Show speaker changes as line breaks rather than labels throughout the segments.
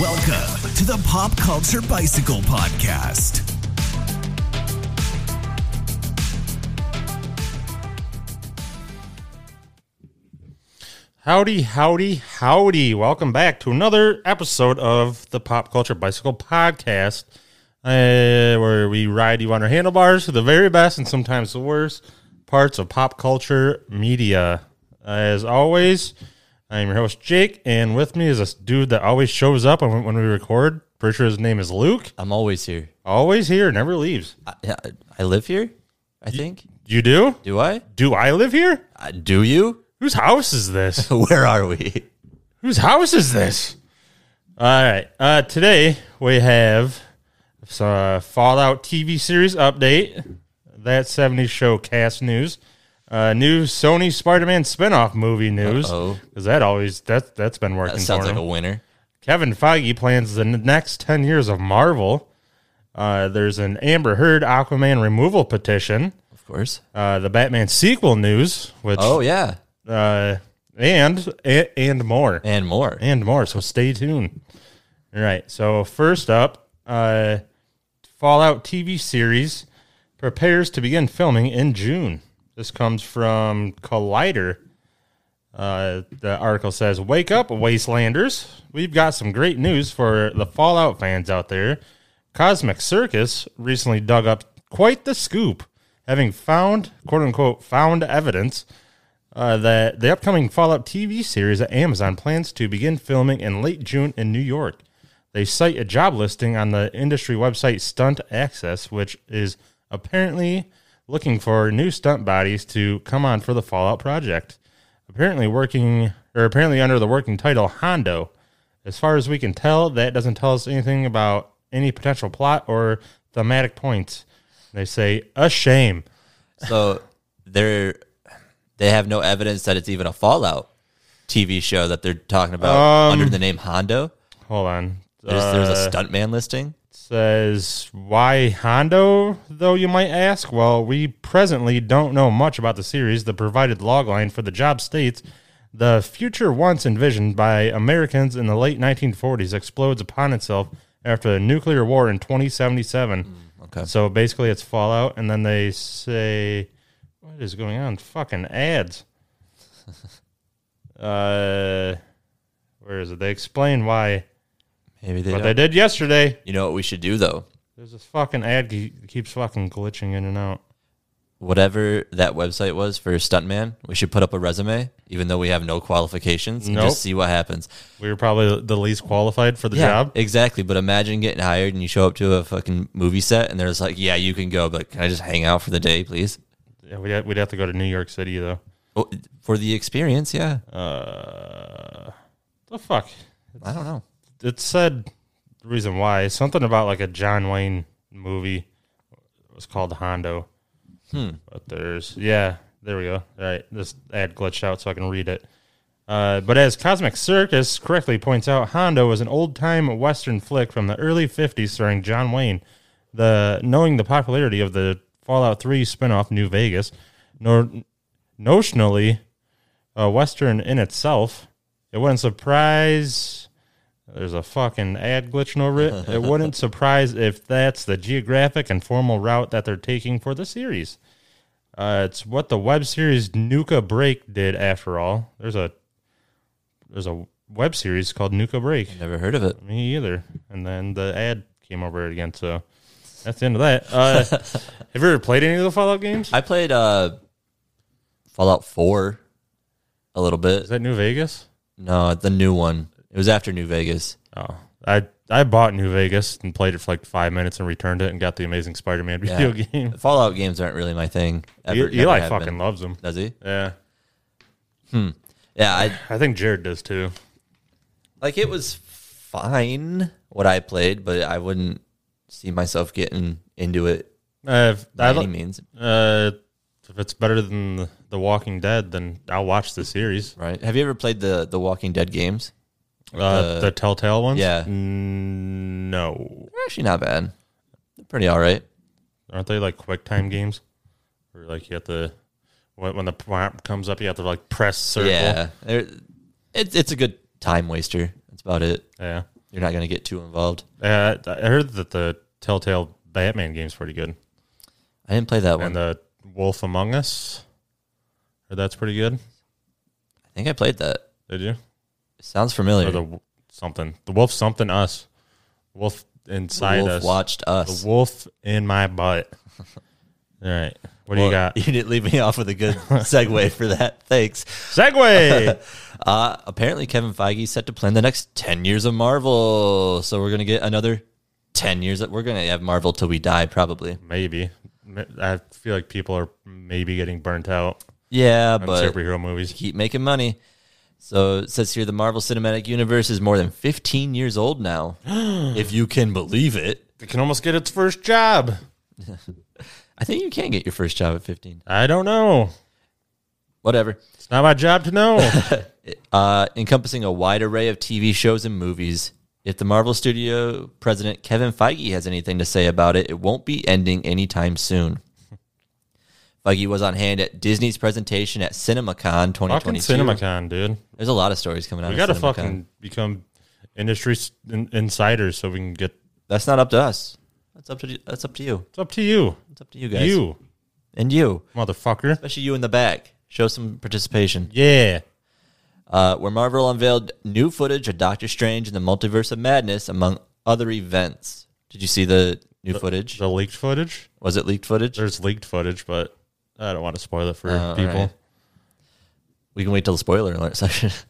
Welcome to the Pop Culture Bicycle Podcast.
Howdy, howdy, howdy. Welcome back to another episode of the Pop Culture Bicycle Podcast, uh, where we ride you on our handlebars to the very best and sometimes the worst parts of pop culture media. As always, I'm your host, Jake, and with me is this dude that always shows up when when we record. Pretty sure his name is Luke.
I'm always here.
Always here, never leaves.
I, I- I live here. I think.
You do?
Do I?
Do I live here?
Uh, do you?
Whose house is this?
Where are we?
Whose house is this? All right. Uh, today we have a Fallout TV series update, that 70s show cast news, uh, new Sony Spider-Man spinoff movie news.
Uh-oh.
Because that always that that's been working
That
for
sounds
him.
like a winner.
Kevin Feige plans the n- next 10 years of Marvel. Uh, there's an Amber Heard Aquaman removal petition.
Of course.
Uh, the Batman sequel news, which
Oh yeah,
uh, and, and and more
and more.
and more. So stay tuned. All right. So first up, uh, Fallout TV series prepares to begin filming in June. This comes from Collider. Uh, the article says, "Wake up, Wastelanders! We've got some great news for the Fallout fans out there. Cosmic Circus recently dug up quite the scoop, having found quote unquote found evidence." uh, that the upcoming Fallout TV series at Amazon plans to begin filming in late June in New York. They cite a job listing on the industry website Stunt Access, which is apparently looking for new stunt bodies to come on for the Fallout project. Apparently working or apparently under the working title Hondo. As far as we can tell, that doesn't tell us anything about any potential plot or thematic points. They say a shame.
So they're they have no evidence that it's even a Fallout TV show that they're talking about under the name Hondo.
Hold on.
There's, there's
Um, Uh,
a stuntman listing.
says, Why Hondo, though, you might ask? Well, we presently don't know much about the series. The provided logline for the job states the future once envisioned by Americans in the late 1940s explodes upon itself after the nuclear war in 2077.
Mm, okay.
So basically, it's Fallout, and then they say, What is going on? Fucking ads. uh, where is it? They explain why
Maybe they.
what
Don't.
they did yesterday.
you know what we should do though?
There's this fucking ad that keeps fucking glitching in and out.
Whatever that website was for stuntman, we should put up a resume, even though we have no qualifications, and
Nope.
just see what happens.
We were probably the least qualified for the job.
Exactly. But imagine getting hired and you show up to a fucking movie set and they're just like, yeah, you can go, but can I just hang out for the day, please?
Yeah, we'd, have, we'd have to go to New York City though.
Oh, for the experience, yeah.
Uh, the fuck?
I don't know.
It said the reason why something about like a John Wayne movie. It was called Hondo.
Hmm.
But there's yeah, there we go. All right, this ad glitched out so I can read it. Uh, but as Cosmic Circus correctly points out, Hondo is an old-time Western flick from the early '50s starring John Wayne. The knowing the popularity of the Fallout 3 spinoff New Vegas, nor notionally a Western in itself, it wouldn't surprise. There's a fucking ad glitching over it. It wouldn't surprise if that's the geographic and formal route that they're taking for the series. Uh, it's what the web series Nuka Break did. After all, there's a there's a web series called Nuka Break.
Never heard of it.
Me either. And then the ad came over it again. So that's the end of that. Uh, have you ever played any of the Fallout games?
I played uh, Fallout 4 a little
Is
bit.
that New Vegas?
No, the new one. It was after New Vegas.
Oh, I I bought New Vegas and played it for like five minutes and returned it and got the Amazing Spider-Man video
Yeah.
game.
Fallout games aren't really my thing. Ever,
E-
never
Eli
have
fucking
been.
loves them.
Does he?
Yeah,
Yeah, I
I think Jared does too.
like it was fine what I played, but I wouldn't see myself getting into it
Uh, if,
by
I
any
li-
means.
uh, if it's better than The- The Walking Dead, then I'll watch the series.
Right. Have you ever played the the Walking Dead games?
Uh, the Telltale ones.
yeah.
Mm, no,
They're actually not bad. They're pretty all right.
aren't they like quick time games? Or like you have to when, when the prompt comes up, you have to like press circle.
Yeah. They're, it, it's a good time waster. That's about it.
Yeah.
You're not going to get too involved.
Uh, I heard that the Telltale Batman game's pretty good,
I didn't play that one.
and the Wolf Among Us. Heard that's pretty good.
I think I played that.
Did you?
It sounds familiar.
Or the w- something? The Wolf something us. Wolf
The
inside
wolf
us.
watched us.
The wolf in my butt. All right. What do you
Well,
got?
You didn't leave me off with a good segue for that. Thanks.
Segway.
Uh, apparently, Kevin Feige is set to plan the next 10 years of Marvel. So we're going to get another 10 years. That We're going to have Marvel till we die, probably.
maybe. M- I feel like people are maybe getting burnt out
Yeah,
on
but
superhero movies.
keep making money. So it says here the Marvel Cinematic Universe is more than 15 years old now, if you can believe it.
It can almost get its first job.
I think you can get your first job at 15.
I don't know.
Whatever.
It's not my job to know.
uh, encompassing a wide array of TV shows and movies. If the Marvel Studio president Kevin Feige has anything to say about it, it won't be ending anytime soon. Feige was on hand at Disney's presentation at CinemaCon
fucking
2022.
CinemaCon, dude.
There's a lot of stories coming out.
We
of
got to
CinemaCon.
fucking become industry s- in- insiders so we can get.
That's not up to us. That's up to that's up to you.
It's up to you.
It's up to you guys.
You,
and you,
motherfucker.
especially you in the back, show some participation.
Yeah.
uh, where Marvel unveiled new footage of Doctor Strange and the Multiverse of Madness, among other events. Did you see the new footage?
The leaked footage.
Was it leaked footage?
There's leaked footage, but I don't want to spoil it for
Oh, all
people.
right. We can wait till the spoiler alert session.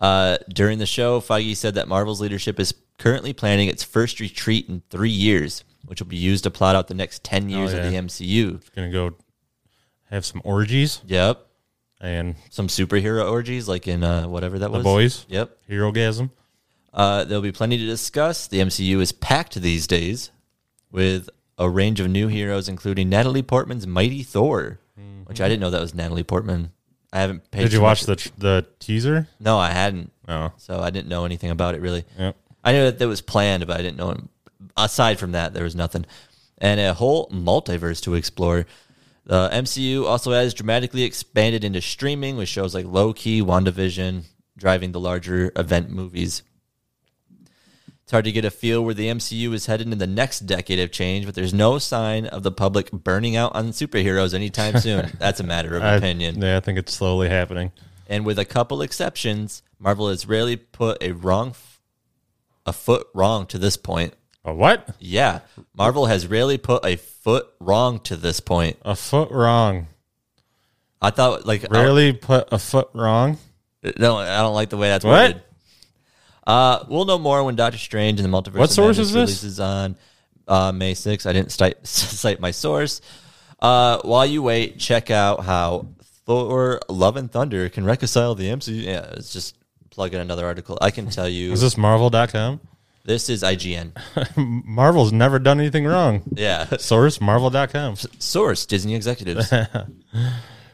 Uh, during the show, Feige said that Marvel's leadership is currently planning its first retreat in three years, which will be used to plot out the next 10 years
yeah.
of the MCU.
Gonna go have some orgies
Yep.
and
Some superhero orgies, like in uh, whatever that
the
was.
boys.
Yep.
Hero gasm.
Uh, there'll be plenty to discuss. The MCU is packed these days with a range of new heroes, including Natalie Portman's Mighty Thor, which I didn't know that was Natalie Portman. I haven't paid.
Did you
too
watch
much-
the the teaser?
No, I hadn't.
No.
So I didn't know anything about it really.
Yep.
I knew that that was planned, but I didn't know. Aside from that, there was nothing, and a whole multiverse to explore. The MCU also has dramatically expanded into streaming with shows like Loki, WandaVision, driving the larger event movies. It's hard to get a feel where the MCU is headed in the next decade of change, but there's no sign of the public burning out on superheroes anytime soon. That's a matter of
I-
opinion.
yeah, I think it's slowly happening.
And with a couple exceptions, Marvel has rarely put a wrong f- a foot wrong to this point.
A what?
Yeah, Marvel has rarely put a foot wrong to this point.
A foot wrong.
I thought like I-
Rarely put a foot wrong.
no, I don't like the way that's
What?
worded. Uh, we'll know more when Doctor Strange and the Multiverse
What
of
source
Madness
is this?
releases on uh, May 6th. I didn't cite, cite my source. Uh, while you wait, check out how Thor: Love and Thunder can reconcile the MCU. Yeah, it's just plug in another article. I can tell you
Is this Marvel.com?
This is IGN.
Marvel's never done anything wrong.
Yeah.
Source Marvel.com.
Source Disney executives.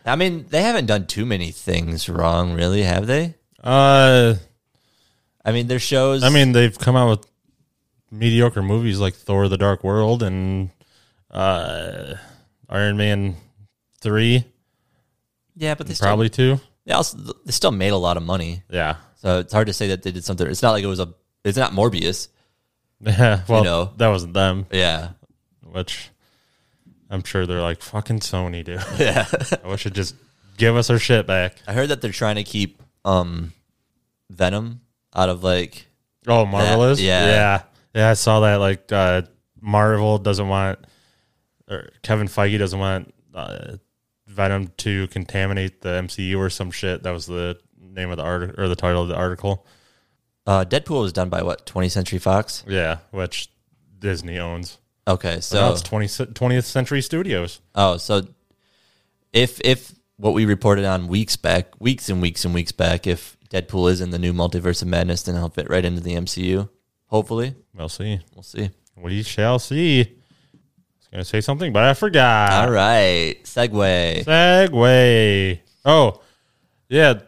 I mean, they haven't done too many things wrong, really, have they?
Uh,
I mean, their shows.
I mean, they've come out with mediocre movies like Thor: The Dark World and uh, Iron Man three,
yeah, but they still,
probably two.
they also they still made a lot of money,
Yeah,
so it's hard to say that they did something. It's not like it was a. It's not Morbius.
yeah. Well,
know.
that wasn't them,
Yeah,
which I'm sure they're like fucking Sony, dude.
yeah.
I wish it just give us our shit back.
I heard that they're trying to keep um, Venom out of like.
Oh, Marvel
That-
is.
yeah.
yeah, yeah. I saw that. Like, uh, Marvel doesn't want, or Kevin Feige doesn't want uh, Venom to contaminate the MCU or some shit. That was the name of the article or the title of the article.
Uh, Deadpool was done by what 20th Century Fox.
Yeah, which Disney owns.
Okay, so
No, it's 20, 20th Century Studios.
Oh, so if if what we reported on weeks back, weeks and weeks and weeks back, if Deadpool is in the new multiverse of madness, then he'll fit right into the MCU. Hopefully,
We'll see.
we'll see.
We shall see. I was gonna say something, but I forgot.
All right, segue.
Segway. Oh, yeah.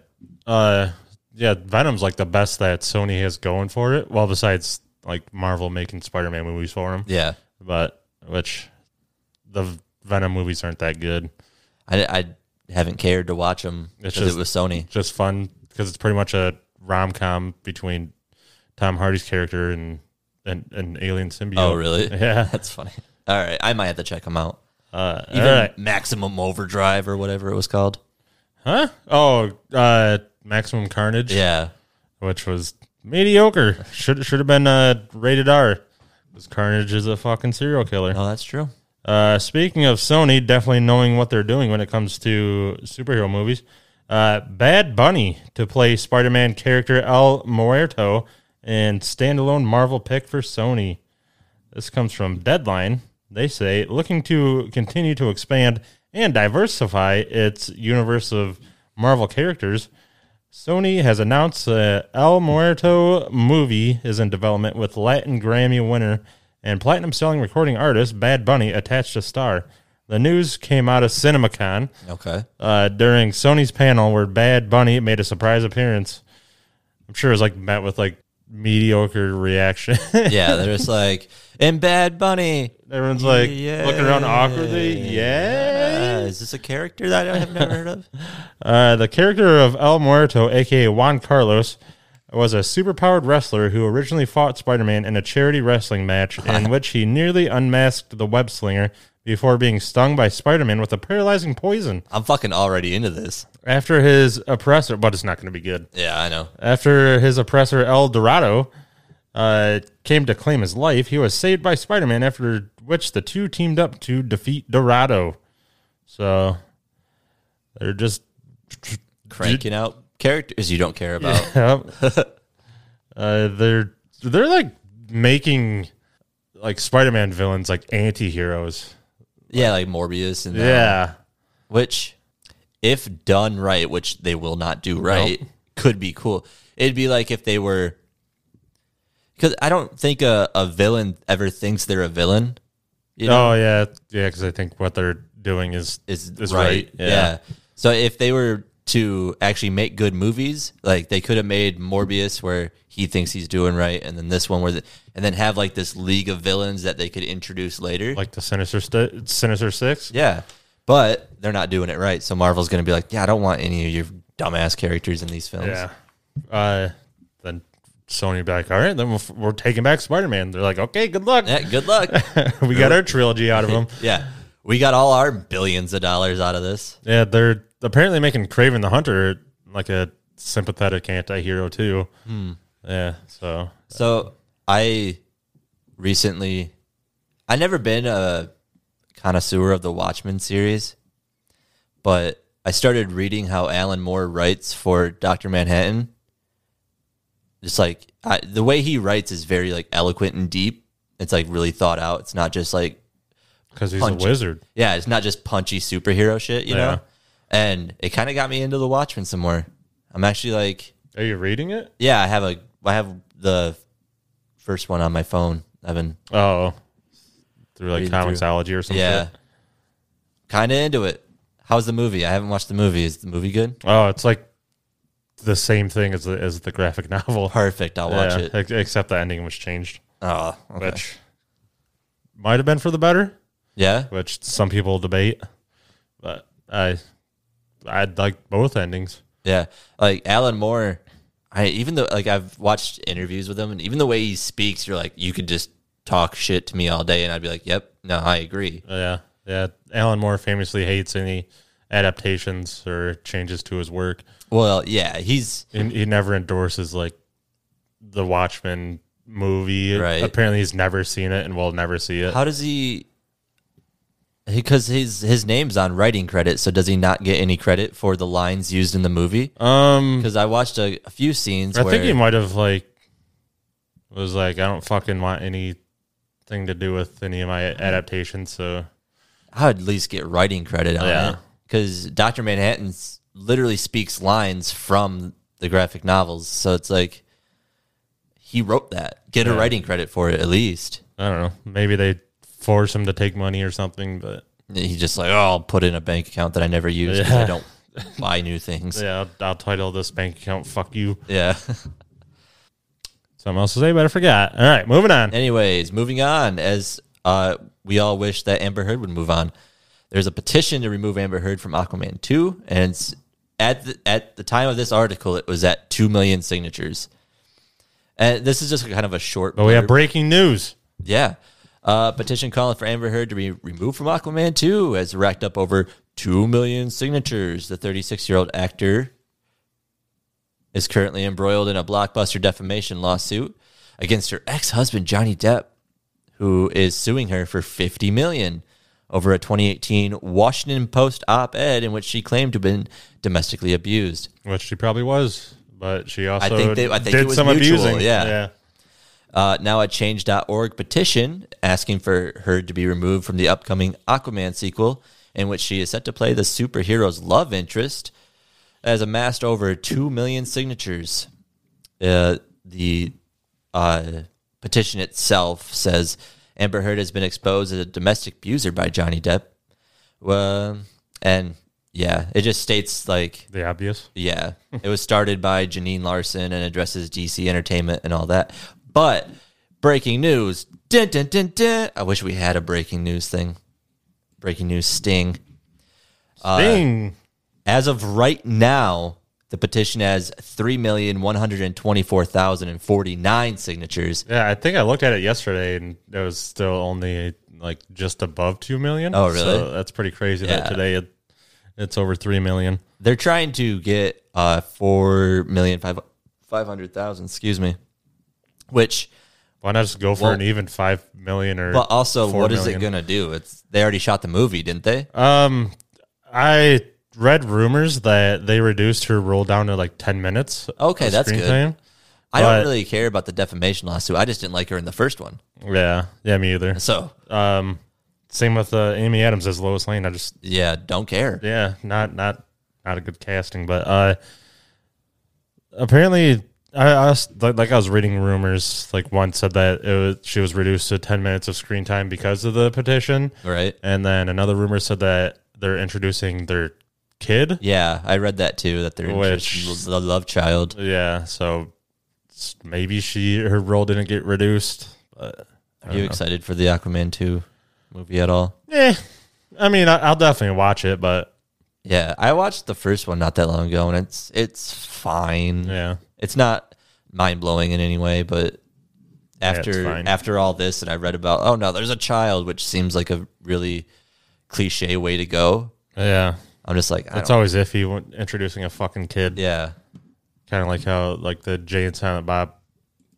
Uh, yeah. Venom's like the best that Sony has going for it. Well, besides like Marvel making Spider-Man movies for him,
Yeah,
but which the Venom movies aren't that good.
I, I haven't cared to watch them
It's
because
just-
it was Sony.
Just fun because it's pretty much a rom com between Tom Hardy's character and an, an alien symbiote.
Oh, really?
Yeah.
That's funny. All right, I might have to check them out.
Uh,
Even
all right.
Maximum Overdrive or whatever it was called.
Huh? Oh, uh, Maximum Carnage,
Yeah,
which was mediocre. Should should have been uh, rated R. Because Carnage is a fucking serial killer.
no, that's true.
Uh, speaking of Sony, definitely knowing what they're doing when it comes to superhero movies. Uh, Bad Bunny to play Spider-Man character El Muerto and standalone Marvel pick for Sony. This comes from Deadline. They say looking to continue to expand and diversify its universe of Marvel characters. Sony has announced the El Muerto movie is in development with Latin Grammy winner and platinum selling recording artist Bad Bunny attached to star. The news came out of CinemaCon
Okay.
uh, during Sony's panel where Bad Bunny made a surprise appearance. I'm sure it was like met with like mediocre reaction.
Yeah, they're just like, and Bad Bunny.
Everyone's like
Yeah.
looking around awkwardly. Yeah.
Uh, is this a character that I have never heard of?
Uh, the character of El Muerto, aka Juan Carlos, was a superpowered wrestler who originally fought Spider Man in a charity wrestling match in which he nearly unmasked the web slinger before being stung by Spider Man with a paralyzing poison.
I'm fucking already into this.
After his oppressor, but it's not going to be good.
Yeah, I know.
After his oppressor, El Dorado, uh, came to claim his life, he was saved by Spider Man, after which the two teamed up to defeat Dorado. So they're just
Cranking out characters you don't care about.
Yep. uh, they're they're like making like Spider-Man villains like anti-heroes.
Yeah, like Morbius and that.
Yeah.
which if done right, which they will not do right, could be cool. It'd be like if they were because I don't think a, a villain ever thinks they're a villain. You know,
Oh yeah, yeah. Because I think what they're doing is
is,
is
right.
right,
Yeah.
yeah.
So if they were to actually make good movies, like they could have made Morbius where he thinks he's doing right, and then this one where, the, and then have like this league of villains that they could introduce later.
like the Sinister Sti- Sinister Six.
Yeah, but they're not doing it right. So Marvel's going to be like, yeah, I don't want any of your dumbass characters in these films.
Yeah. Uh, then Sony back. All right, then we'll, we're taking back Spider-Man. They're like, okay, good luck.
Yeah, good luck.
we got our trilogy out of them.
yeah, we got all our billions of dollars out of this.
Yeah, they're apparently making Craven the Hunter like a sympathetic anti-hero too.
Hmm.
Yeah. So
So I recently, I never been a connoisseur of the Watchmen series, but I started reading how Alan Moore writes for Doctor Manhattan. Just like I, the way he writes is very like eloquent and deep. It's like really thought out. It's not just like
because he's
Punch.
a wizard.
yeah, it's not just punchy superhero shit, you
Yeah.
know. And it kind of got me into the Watchmen some more. I'm actually like
Are you reading it?
Yeah, I have a I have the first one on my phone. I've been
Oh, through like
Reading through.
comicsology or something.
yeah, kind of into it. How's the movie? I haven't watched the movie. Is the movie good?
Oh, it's like the same thing as the as the graphic novel.
Perfect. I'll watch
Yeah,
it.
ex- except the ending was changed,
Oh, okay.
which might have been for the better,
yeah.
which some people debate. But I, I like both endings.
Yeah, like Alan Moore. I even though like I've watched interviews with him, and even the way he speaks, you're like you could just talk shit to me all day, and I'd be like, "Yep, no, I agree."
Yeah, yeah. Alan Moore famously hates any adaptations or changes to his work.
Well, yeah, he's
he, he never endorses like the Watchmen movie.
Right.
Apparently, he's never seen it and will never see it.
how does he? Because his his name's on writing credit, so does he not get any credit for the lines used in the movie?
um,
because I watched a, a few scenes.
I
where,
think he might have like was like, I don't fucking want anything to do with any of my adaptations. So
I would at least get writing credit on
Yeah.
it because Doctor Manhattan s- literally speaks lines from the graphic novels, so it's like he wrote that. Get a writing credit for it at least.
I don't know. Maybe they force him to take money or something. But
He's just like, oh, I'll put in a bank account that I never use because I
Yeah.
don't buy new things.
yeah, I'll, I'll title this bank account "Fuck You."
Yeah.
Something else to say, but I forgot. All right, moving on.
Anyways, moving on. As uh, we all wish that Amber Heard would move on, there's a petition to remove Amber Heard from Aquaman 2, and it's at the, at the time of this article, it was at two million signatures. And this is just kind of a short.
But we have
blurb.
breaking news.
Yeah. Uh, petition calling for Amber Heard to be removed from Aquaman 2 has racked up over 2 million signatures. The 36 year old actor is currently embroiled in a blockbuster defamation lawsuit against her ex husband, Johnny Depp, who is suing her for 50 million over a 2018 Washington Post op ed in which she claimed to have been domestically abused.
Which she probably was, but she also
think they- I think
did
it was
some
mutual,
abusing.
yeah.
yeah.
uh, now a change.org petition asking for her to be removed from the upcoming Aquaman sequel, in which she is set to play the superhero's love interest, has amassed over 2 million signatures. Uh, the uh, petition itself says Amber Heard has been exposed as a domestic abuser by Johnny Depp. Well, and yeah, it just states like
The obvious.
yeah. it was started by Janine Larson and addresses DC Entertainment and all that. But breaking news. Dun, dun, dun, dun. I wish we had a breaking news thing. Breaking news sting. Uh,
Ding.
As of right now, the petition has 3,124,049 signatures.
Yeah, I think I looked at it yesterday and it was still only like just above 2 million.
Oh, really?
So that's pretty crazy
Yeah.
that today it, it's over 3 million.
They're trying to get uh, 4,500,000, excuse me, which
Why not just go for
Well-
an even 5 million or
but also
four
what is
million?
it going to do? It's they already shot the movie, didn't they?
Um, I read rumors that they reduced her role down to like ten minutes.
Okay,
of
Oh, that's
screen
good.
time.
I don't
but-
really care about the defamation lawsuit. I just didn't like her in the first one.
Yeah, yeah, me either.
So
Um, same with uh, Amy Adams as Lois Lane. I just
yeah, don't care.
yeah, not not not a good casting, but uh, apparently. I, I was, like, like I was reading rumors. Like one said that it was, she was reduced to ten minutes of screen time because of the petition,
Right?
and then another rumor said that they're introducing their kid
Yeah, I read that too. That they're
Which-
interest- the love child.
Yeah, so s- maybe she her role didn't get reduced. But
Are you excited for the Aquaman two movie at all?
eh, I mean, I, I'll definitely watch it, but
Yeah, I watched the first one not that long ago, and it's it's fine.
yeah,
It's not mind blowing in any way, but
it's
after
fine.
after all this, and I read about oh no, there's a child, which seems like a really cliche way to go.
yeah.
I'm just like, I
It's
don't-
always iffy when introducing a fucking kid.
yeah.
Kind of like how like the Jay and Silent Bob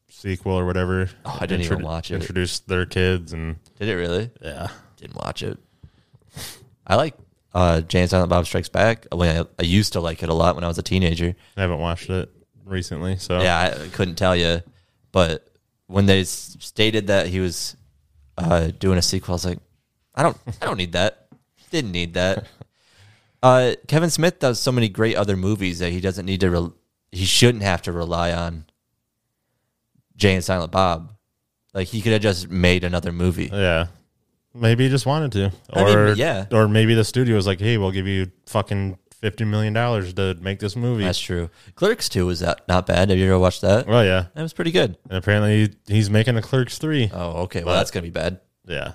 sequel or whatever.
Oh, I didn't even watch it.
Introduced their kids and
Did it really?
yeah,
didn't watch it. I like uh Jane Silent Bob Strikes Back. I, mean, I, I used to like it a lot when I was a teenager.
I haven't watched it recently. So
Yeah, I, I couldn't tell you, but when they s- stated that he was uh, doing a sequel, I was like, I don't, I don't need that. Didn't need that. Uh, Kevin Smith does so many great other movies that he doesn't need to. Re- he shouldn't have to rely on Jay and Silent Bob. Like he could have just made another movie.
yeah. Maybe he just wanted to,
I mean,
or
yeah.
or maybe the studio was like, "Hey, we'll give you fucking fifty million dollars to make this movie."
That's true. Clerks Two was that not bad. Have you ever watched that?
well, yeah,
That was pretty good.
And apparently he's making the Clerks 3.
Oh, okay. Well, that's gonna be bad.
Yeah.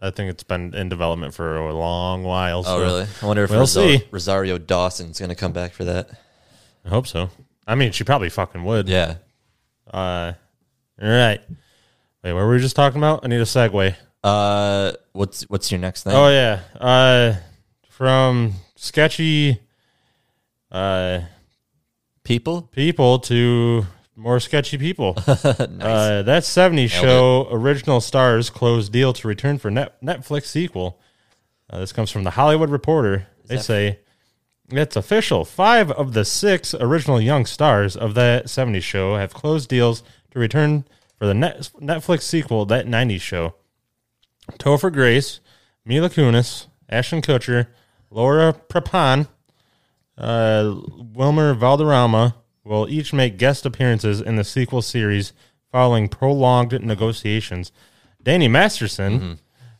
I think it's been in development for a long while.
Oh,
so
really? I wonder if
We'll
Rosa-
see.
Rosario Dawson's gonna come back for that.
I hope so. I mean, she probably fucking would.
Yeah.
Uh, all right. Wait, what were we just talking about? I need a segue.
Uh, what's what's your next thing?
Oh, yeah. Uh, from sketchy uh,
People.
people to more sketchy people. uh, that 70s show, Original Stars, closed deal to return for Net- Netflix sequel. Uh, this comes from the Hollywood Reporter. they say it's official. Five of the six original young stars of that 70s show have closed deals to return for the Net- Netflix sequel, That 90s Show. Topher Grace, Mila Kunis, Ashton Kutcher, Laura Prepon, uh, Wilmer Valderrama will each make guest appearances in the sequel series following prolonged negotiations. Danny Masterson,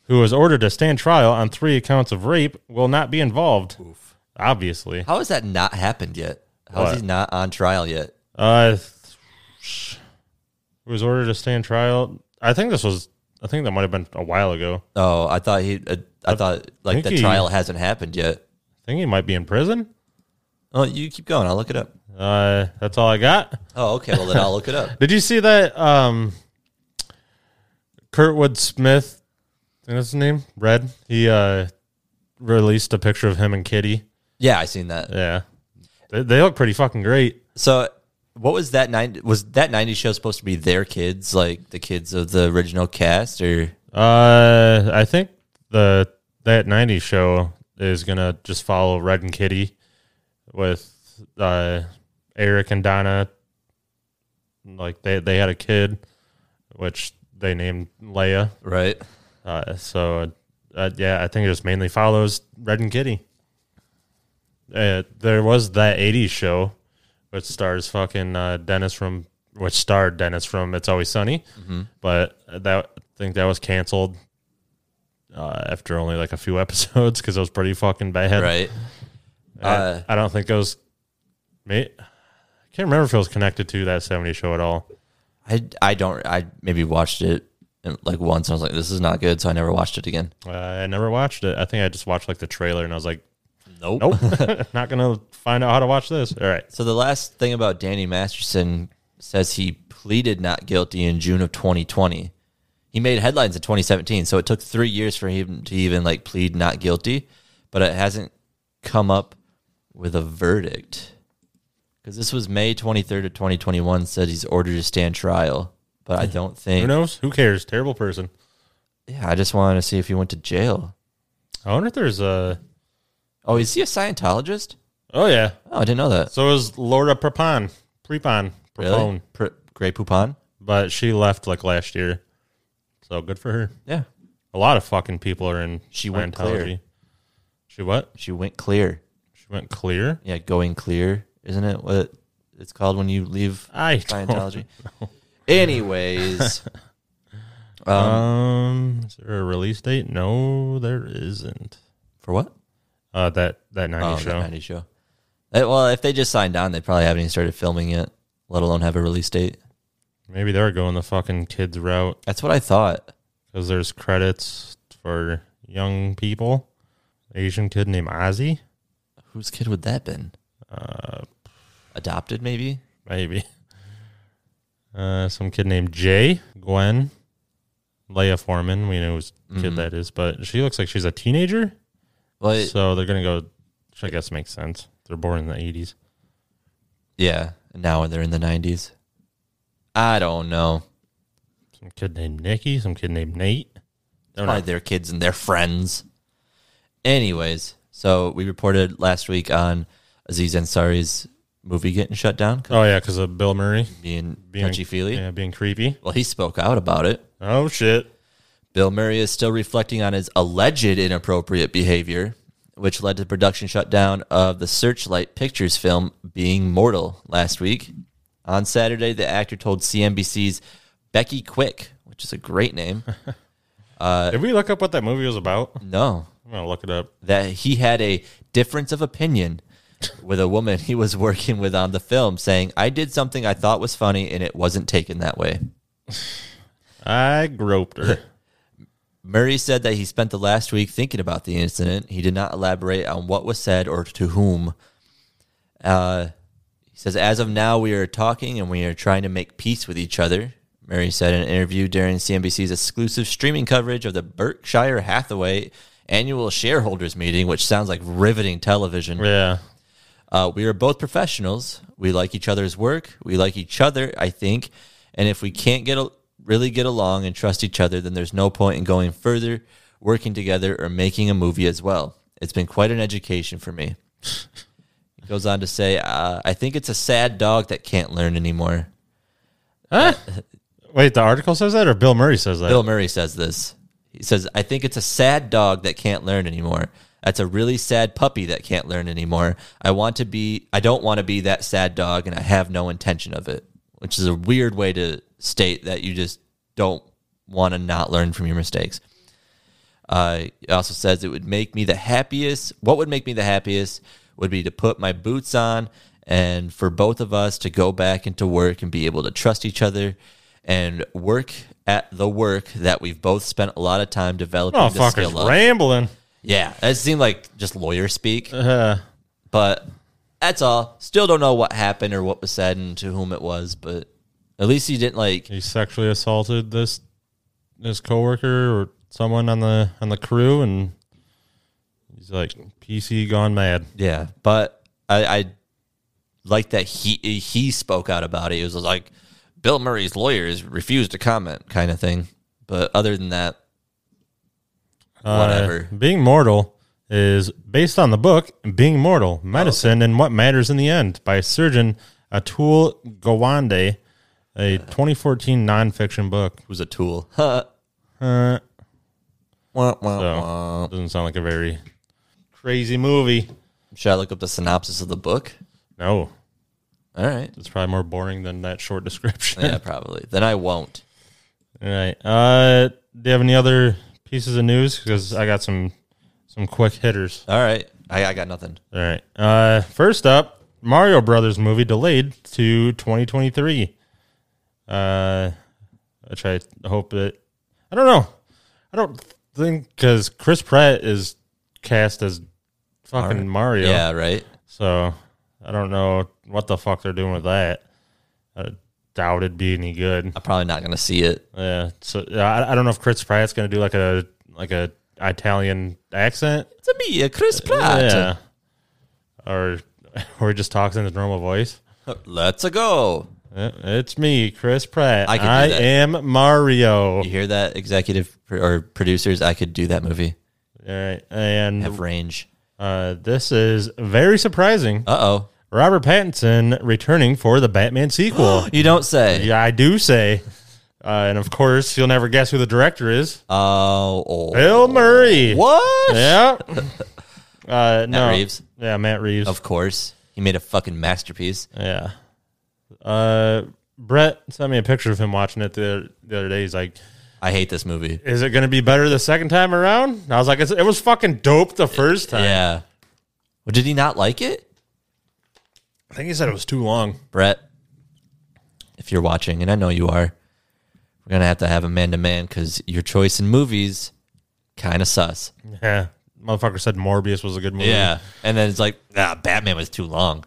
who was ordered to stand trial on three accounts of rape, will not be involved. Obviously,
How has that not happened yet? How is
What?
he not on trial yet?
uh, th- who was ordered to stand trial. I think this was. I think that might have been a while ago.
Oh, I thought he. Uh, I thought like
think
the
he-
trial hasn't happened yet.
I think he might be in prison.
Oh, you keep going. I'll look it up.
Uh, that's all I got.
Oh, okay. Well, then I'll look it up.
Did you see that? Um, Kurtwood Smith, I think that's his name. Red. He uh, released a picture of him and Kitty.
Yeah, I seen that.
Yeah, they, they look pretty fucking great.
So, what was that nine? Was that '90s show supposed to be their kids, like the kids of the original cast, or
Uh, I think the that '90s show is gonna just follow Red and Kitty with uh, Eric and Donna. Like they they had a kid, which they named Leia.
right?
Uh, so, uh, yeah, I think it just mainly follows Red and Kitty. Uh, there was that '80s show, which stars fucking uh, Dennis from, which starred Dennis from It's Always Sunny,
Mm-hmm.
but that I think that was canceled uh, after only like a few episodes because it was pretty fucking bad.
Right?
I,
Uh,
I don't think it was. Me, I can't remember if it was connected to that '70s show at all.
I I don't. I maybe watched it and, like once. And I was like, this is not good, so I never watched it again.
Uh, I never watched it. I think I just watched like the trailer and I was like,
Nope.
Nope. Oh. Not going to find out how to watch this. All right.
So the last thing about Danny Masterson says he pleaded not guilty in June of 2020. He made headlines in 2017, so it took three years for him to even like plead not guilty, but it hasn't come up with a verdict because this was May 23rd of 2021. Said he's ordered to stand trial, but I don't
Hmm. Who
think.
knows? Who cares? Terrible person.
Yeah, I just wanted to see if he went to jail.
I wonder if there's a.
Oh, is he a Scientologist?
Oh, yeah.
Oh, I didn't know that.
So is Laura Prepon. Prepon.
Really?
Prepon.
Pr- Grey Poupon?
But she left like last year. So good for her.
Yeah,
A lot of fucking people are in
She went
Scientology.
clear.
She what?
she went clear.
She went clear?
yeah, going clear, isn't it? What it's called when you leave
I don't
Scientology. Anyways, Uh,
Um, is there a release date? No, there isn't.
for what?
Uh, that that 90
Oh,
show.
that 90 show. Eh, Well, if they just signed on, they probably haven't even started filming it, let alone have a release date.
Maybe they're going the fucking kids route.
That's what I thought.
because there's credits for young people. Asian kid named Ozzy,
Whose kid would that been? Uh, Adopted, maybe.
maybe. Uh, some kid named Jay, Gwen, Leia Foreman. We know whose kid that is, but she looks like she's a teenager.
Well, it-
so they're gonna go. Which I guess makes sense. They're born in the eighties.
yeah. Now they're in the nineties. I don't know.
Some kid named Nikki. Some kid named Nate. Don't know.
Probably their kids and their friends. Anyways, so we reported last week on Aziz Ansari's movie getting shut down 'cause
Oh yeah, because of Bill Murray
being, touchy feely.
Yeah, being creepy.
Well, he spoke out about it.
Oh shit.
Bill Murray is still reflecting on his alleged inappropriate behavior, which led to the production shutdown of the Searchlight Pictures film Being Mortal last week. On Saturday, the actor told CNBC's Becky Quick, which is a great name.
Did we look up what that movie was about?
No,
I'm gonna look it up.
that he had a difference of opinion with a woman he was working with on the film, saying, I did something I thought was funny and it wasn't taken that way.
I groped her.
Murray said that he spent the last week thinking about the incident. He did not elaborate on what was said or to whom. Uh, he says, As of now, we are talking and we are trying to make peace with each other. Murray said in an interview during CNBC's exclusive streaming coverage of the Berkshire Hathaway annual shareholders meeting, which sounds like riveting television.
yeah.
Uh, we are both professionals. We like each other's work. We like each other, I think. And if we can't get a, really get along and trust each other, then there's no point in going further, working together, or making a movie as well. It's been quite an education for me. He goes on to say, uh, I think it's a sad dog that can't learn anymore.
Wait, the article says that, or Bill Murray says that?
Bill Murray says this. He says, I think it's a sad dog that can't learn anymore. That's a really sad puppy that can't learn anymore. I want to be I don't want to be that sad dog and I have no intention of it. Which is a weird way to state that you just don't want to not learn from your mistakes. Uh, it also says it would make me the happiest. What would make me the happiest would be to put my boots on and for both of us to go back into work and be able to trust each other and work at the work that we've both spent a lot of time developing
oh,
the
fuckers
skill of.
rambling.
Yeah, that seemed like just lawyer speak. But That's all. Still don't know what happened or what was said and to whom it was, but at least he didn't like.
He sexually assaulted this this coworker or someone on the on the crew, and he's like PC gone mad.
Yeah, but I, I like that he he spoke out about it. It was like Bill Murray's lawyers refused to comment, kind of thing. But other than that,
Uh,
whatever.
being mortal is based on the book Being Mortal
Oh,
Medicine and What Matters in the End by surgeon Atul Gawande, a 2014 nonfiction book.
It was a tool.
Uh,
Wah, wah,
so,
wah.
doesn't sound like a very crazy movie.
Should I look up the synopsis of the book?
No,
All right.
it's probably more boring than that short description.
Yeah, probably. Then I won't.
All right. Uh, do you have any other pieces of news? Because I got some some quick hitters.
All right. I, I got nothing.
All right. Uh, first up, Mario Brothers movie delayed to 2023. Uh, which I hope it. I don't know. I don't think because Chris Pratt is cast as fucking Mario.
Yeah, right.
So I don't know what the fuck they're doing with that. I doubt it'd be any good.
I'm probably not going to see it.
Yeah. So yeah, I, I don't know if Chris Pratt's gonna do like a like a Italian accent.
It's a me, a Chris Pratt.
Yeah. Or or he just talks in his normal voice.
Let's go.
Uh, It's me, Chris Pratt.
I
I,
could do that.
am Mario.
You hear that, executive pr- or producers? I could do that movie.
All right, and
Have range.
uh, this is very surprising.
Uh
Robert Pattinson returning for the Batman sequel.
oh. You don't say.
yeah, I do say, uh, and of course you'll never guess who the director is.
Oh, oh.
Bill Murray.
What?
Yeah. Uh, no.
Reeves?
Yeah, Matt Reeves.
Of course. He made a fucking masterpiece.
Yeah. Uh, Brett sent me a picture of him watching it the other, the other day. He's like,
I hate this movie.
"Is it going to be better the second time around?" And I was like, it's, "It was fucking dope the first time."
Yeah. Well, did he not like it?
I think he said it was too long.
Brett, if you're watching, and I know you are, we're gonna have to have a man to man because your choice in movies kind of sus.
Yeah, motherfucker said Morbius was a good movie.
and then it's like, ah, Batman was too long.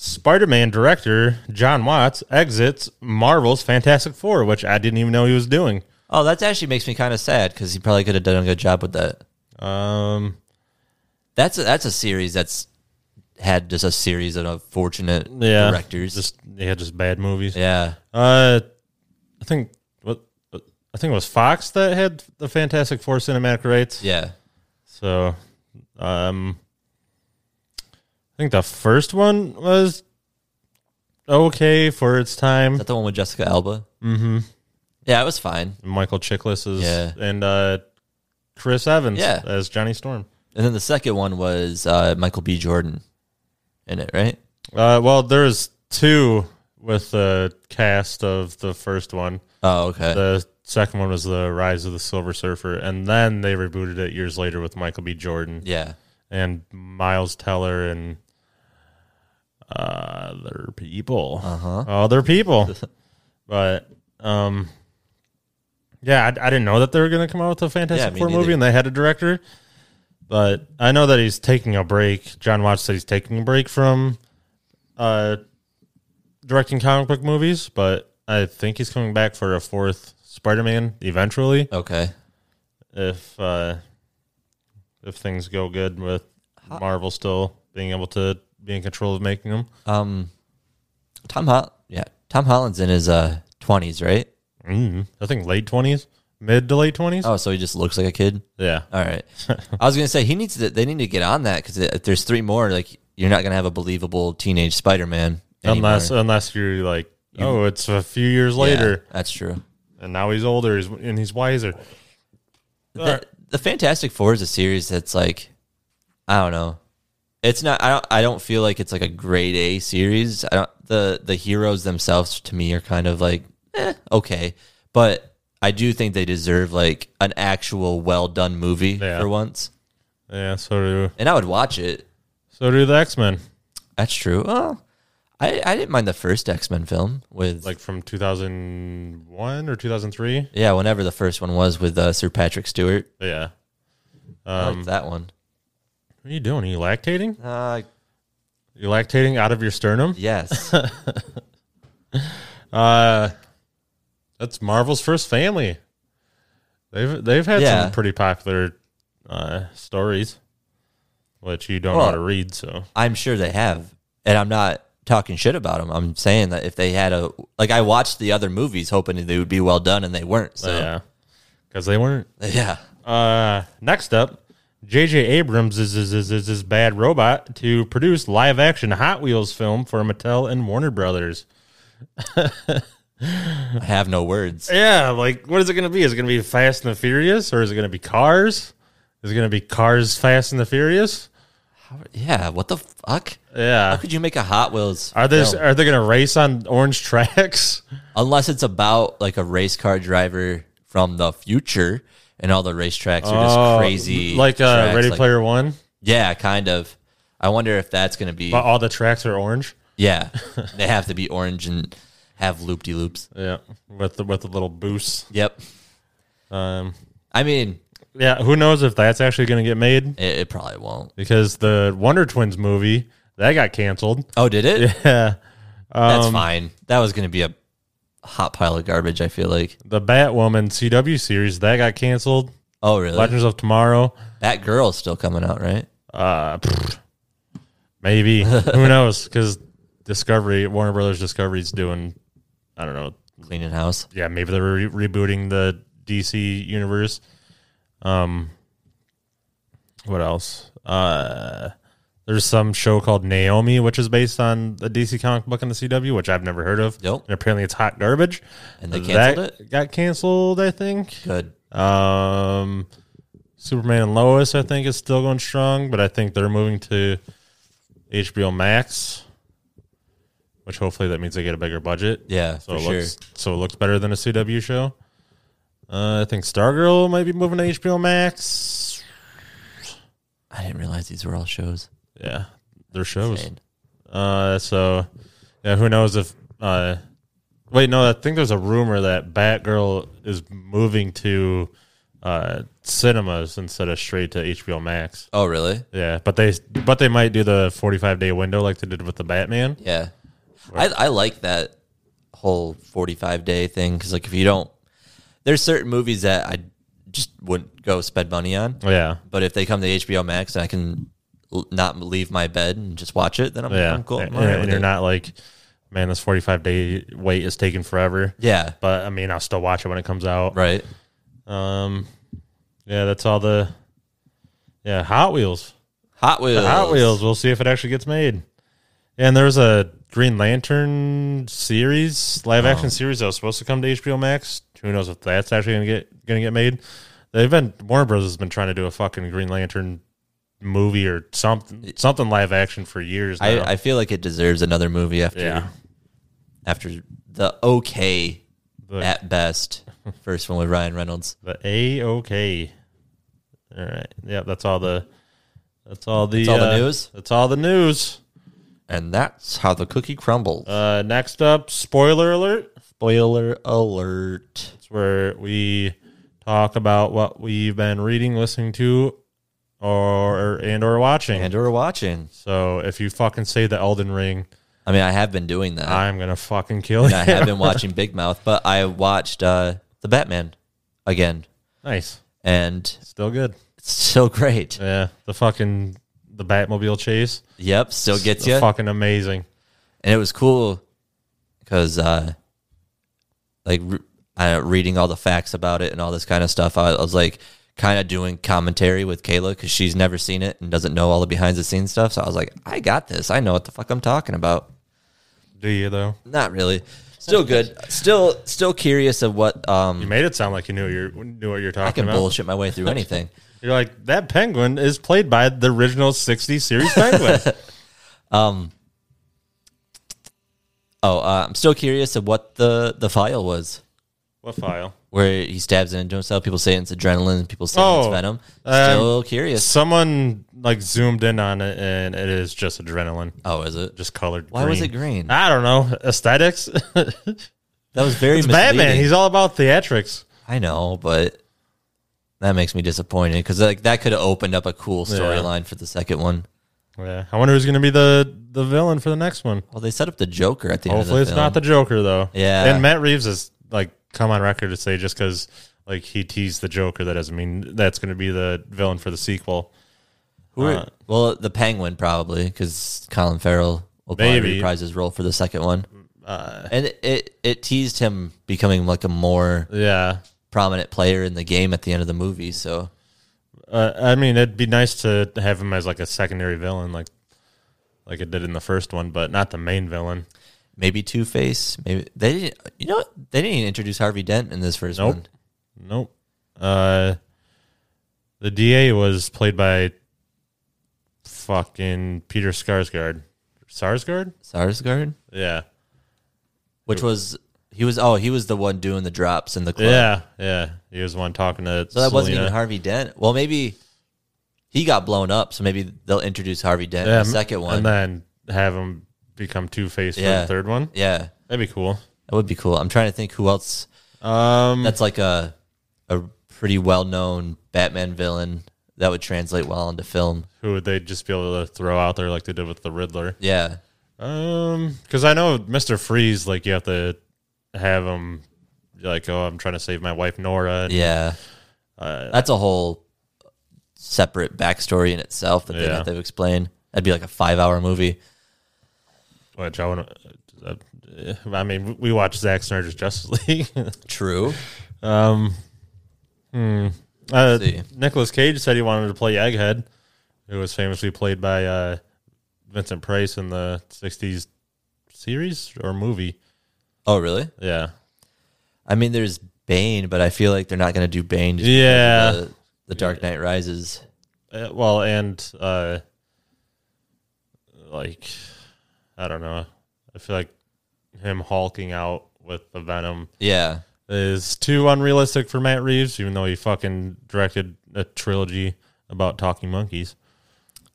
Spider-Man director John Watts exits Marvel's Fantastic Four, which I didn't even know he was doing.
Oh, that actually makes me kind of sad because he probably could have done a good job with that.
Um,
That's a, that's a series that's had just a series of unfortunate
yeah,
directors.
Just yeah, just bad movies.
yeah,
Uh, I think what I think it was Fox that had the Fantastic Four cinematic rights.
yeah.
So, um, I think the first one was okay for its
Is
time.
that the one with Jessica Alba? Mm-hmm. Yeah, it was fine.
Michael Chiklis is
Yeah.
and uh, Chris Evans
Yeah.
as Johnny Storm.
And then the second one was uh, Michael B. Jordan in it, right?
Uh, well, there's two with the cast of the first one.
Oh, okay.
The second one was the Rise of the Silver Surfer, and then they rebooted it years later with Michael B. Jordan
yeah.
and Miles Teller and uh, other people. Uh-huh. Other people. but um yeah, I, I didn't know that they were going to come out with a
Yeah,
Fantastic
me
Four
neither.
movie and they had a director. But I know that he's taking a break. John Watts said he's taking a break from uh directing comic book movies, but I think he's coming back for a fourth Spider-Man eventually
Okay.
if uh, if things go good with Marvel still being able to be in control of making them.
Um, Tom Hol- yeah, Tom Holland's in his uh twenties, right?
Mm, I think late twenties, mid to late twenties.
Oh, so he just looks like a kid.
Yeah,
All right. I was gonna say he needs to. They need to get on that because if there's three more, like you're not gonna have a believable teenage Spider-Man anymore.
unless unless you're like, oh, it's a few years later,
Yeah, that's true.
and now he's older, he's, and he's wiser.
The, the Fantastic Four is a series that's like, I don't know. It's not. I don't. I don't feel like it's like a grade A series. I don't. The the heroes themselves to me are kind of like eh, okay, but I do think they deserve like an actual well done movie
Yeah.
for once,
Yeah, so do
and I would watch it.
so do the X Men,
That's true. Well, I I didn't mind the first X Men film with
like from two thousand one or two thousand three.
yeah, whenever the first one was with uh, Sir Patrick Stewart.
Yeah, Um,
I liked that one.
what are you doing? Are you lactating?
Uh,
You're lactating out of your sternum.
Yes.
Uh, that's Marvel's first family. They've they've had
Yeah.
some pretty popular uh, stories, which you don't know how to
Well-
read. So
I'm sure they have, and I'm not talking shit about them. I'm saying that if they had a like, I watched the other movies hoping they would be well done, and they weren't. So yeah,
yeah, because they weren't. Uh, next up, J.J. Abrams is is, is, is is bad robot to produce live action Hot Wheels film for Mattel and Warner Brothers.
I have no words.
Yeah, like what is it going to be? Is it going to be Fast and the Furious, or is it going to be Cars? Is it going to be Cars Fast and the Furious?
Yeah, what the fuck?
Yeah.
How could you make a Hot Wheels?
Are they
film?
are they gonna race on orange tracks?
unless it's about like a race car driver from the future, and all the racetracks are just
Oh,
crazy,
like uh,
tracks,
Ready
like-
Player One,
Yeah, kind of. I wonder if that's going to be.
but all the tracks are orange.
Yeah, they have to be orange and have loop de loops.
Yeah, with the, with the little boost.
Yep.
Um,
I mean,
yeah, who knows if that's actually gonna get made
it, it probably won't.
because the Wonder Twins movie that got canceled.
Oh, did it?
Yeah, Um,
That's fine. That was going to be a hot pile of garbage. I feel like.
the Batwoman CW series that got canceled.
Oh, really?
Legends of Tomorrow,
That girl's still coming out, right?
uh, pfft, maybe who knows? Because Discovery, Warner Brothers Discovery's doing, I don't know,
Cleaning house.
yeah, maybe they're re- rebooting the DC universe. Um, what else? Uh, there's some show called Naomi, which is based on the DC comic book in the CW, which I've never heard of.
Nope.
And apparently, it's hot garbage.
And they canceled
that it. Got canceled, I think.
Good.
Um, Superman and Lois, I think, is still going strong, but I think they're moving to HBO Max, which hopefully that means they get a bigger budget.
Yeah,
so
for
it
sure.
looks so it looks better than a CW show. Uh, I think Stargirl might be moving to HBO Max.
I didn't realize these were all shows.
Yeah, their shows.
Insane.
Uh, so yeah, who knows if uh, wait, no, I think there's a rumor that Batgirl is moving to uh cinemas instead of straight to HBO Max.
Oh, really?
Yeah, but they but they might do the 45 day window like they did with the Batman.
Yeah. I, I like that whole 45 day thing because, like, if you don't, there's certain movies that I just wouldn't go spend money on.
Yeah,
But if they come to HBO Max and I can l- not leave my bed and just watch it, then I'm,
yeah,
I'm cool. I'm
And,
all right
and
with
you're
it.
not like, man, this 45 day wait is taking forever.
Yeah.
But I mean, I'll still watch it when it comes out.
Right.
Um, yeah, that's all the. Yeah, Hot Wheels.
Hot Wheels.
Hot Wheels. We'll see if it actually gets made. And there was a Green Lantern series, live action
Oh.
series that was supposed to come to HBO Max. Who knows if that's actually gonna get gonna get made? They've been Warner Brothers has been trying to do a fucking Green Lantern movie or something something live action for years. Now.
I, I feel like it deserves another movie after
yeah,
after the okay
The-
at best first one with Ryan Reynolds.
the A OK. All right, yeah, that's all the that's all the uh,
That's all the news?
That's all the news.
And that's how the cookie crumbles.
Uh, next up, spoiler alert.
Spoiler alert.
It's where we talk about what we've been reading, listening to, or and or watching.
And we're watching.
so if you fucking say the Elden Ring,
I mean, I have been doing that. I,
I'm gonna fucking kill you.
I Ah. have been watching Big Mouth, but I watched uh, The Batman again,
nice,
and
still good.
it's still great.
Yeah, the fucking the Batmobile chase,
Yep, still gets you.
fucking amazing.
and it was cool because uh like re- I, reading all the facts about it and all this kind of stuff i, I was like kind of doing commentary with kayla because she's never seen it and doesn't know all the behind the scenes stuff so i was like i got this i know what the fuck i'm talking about
Do you though?
not really still good still still curious of what
You
um
made it sound like you knew you knew what you're
i
talking
can
about.
bullshit my way through anything
You're like that penguin is played by the original '60s series penguin.
oh uh, i'm still curious of what the the file was
what file?
where he stabs it into himself people say it's adrenaline people say it's
Oh,
venom
um,
still curious
Someone like zoomed in on it, and it is just adrenaline.
oh is it
just colored.
Why
green.
was it green?
I don't know. Aesthetics.
That was very misleading.
Batman. He's all about theatrics.
I know, but that makes me disappointed because like that could have opened up a cool storyline for the second one.
Yeah. I wonder who's going to be the the villain for the next one.
Well, they set up the Joker at the end.
Hopefully,
of
it's
the
not the
film.
Joker though.
Yeah.
And Matt Reeves has like come on record to say just because like he teased the Joker, that doesn't mean that's going to be the villain for the sequel.
Who are-
uh,
well, the Penguin probably because Colin Farrell will probably
Maybe. Mm, uh,
reprise his role for the second one. and it, it it teased him becoming like a more
Yeah.
prominent player in the game at the end of the movie. So
Uh, I mean, it'd be nice to have him as like a secondary villain, like like it did in the first one, but not the main villain.
maybe Two Face. Maybe they didn't. You know, what? they didn't even introduce Harvey Dent in this first
Nope.
one.
Nope. Uh, the DA was played by fucking Peter Skarsgård. Sarsgaard?
Sarsgaard,
Yeah.
which was he was oh he was the one doing the drops in the club.
Yeah, yeah. He was the one talking to
So that wasn't
Selena.
even Harvey Dent. Well, maybe he got blown up. So maybe they'll introduce Harvey Dent in
Yeah,
the second one.
And then have him become Two Face for
Yeah.
the third one.
yeah,
That'd be cool.
that would be cool. I'm trying to think who else.
Um,
That's like a a pretty well known Batman villain that would translate well into film.
who would they just be able to throw out there like they did with the Riddler?
Yeah.
Um, because I know Mister Freeze, like you have to have him, like, oh, I'm trying to save my wife Nora. And,
Yeah.
Uh,
That's a whole separate backstory in itself that they'd
Yeah.
have to explain. That'd be like a five hour movie.
Which I want. Uh, I mean, we watched Zack Snyder's Justice League. Uh,
True.
um, hmm. Uh,
see.
Nicholas Cage said he wanted to play Egghead, who was famously played by uh, Vincent Price in the '60s series or movie.
Oh, really?
Yeah,
I mean, there's Bane, but I feel like they're not going to do Bane. just because
Yeah.
of The, the Dark Knight Rises.
Uh, well, and uh, like I don't know. I feel like him hulking out with the Venom
Yeah.
is too unrealistic for Matt Reeves, even though he fucking directed a trilogy about talking monkeys.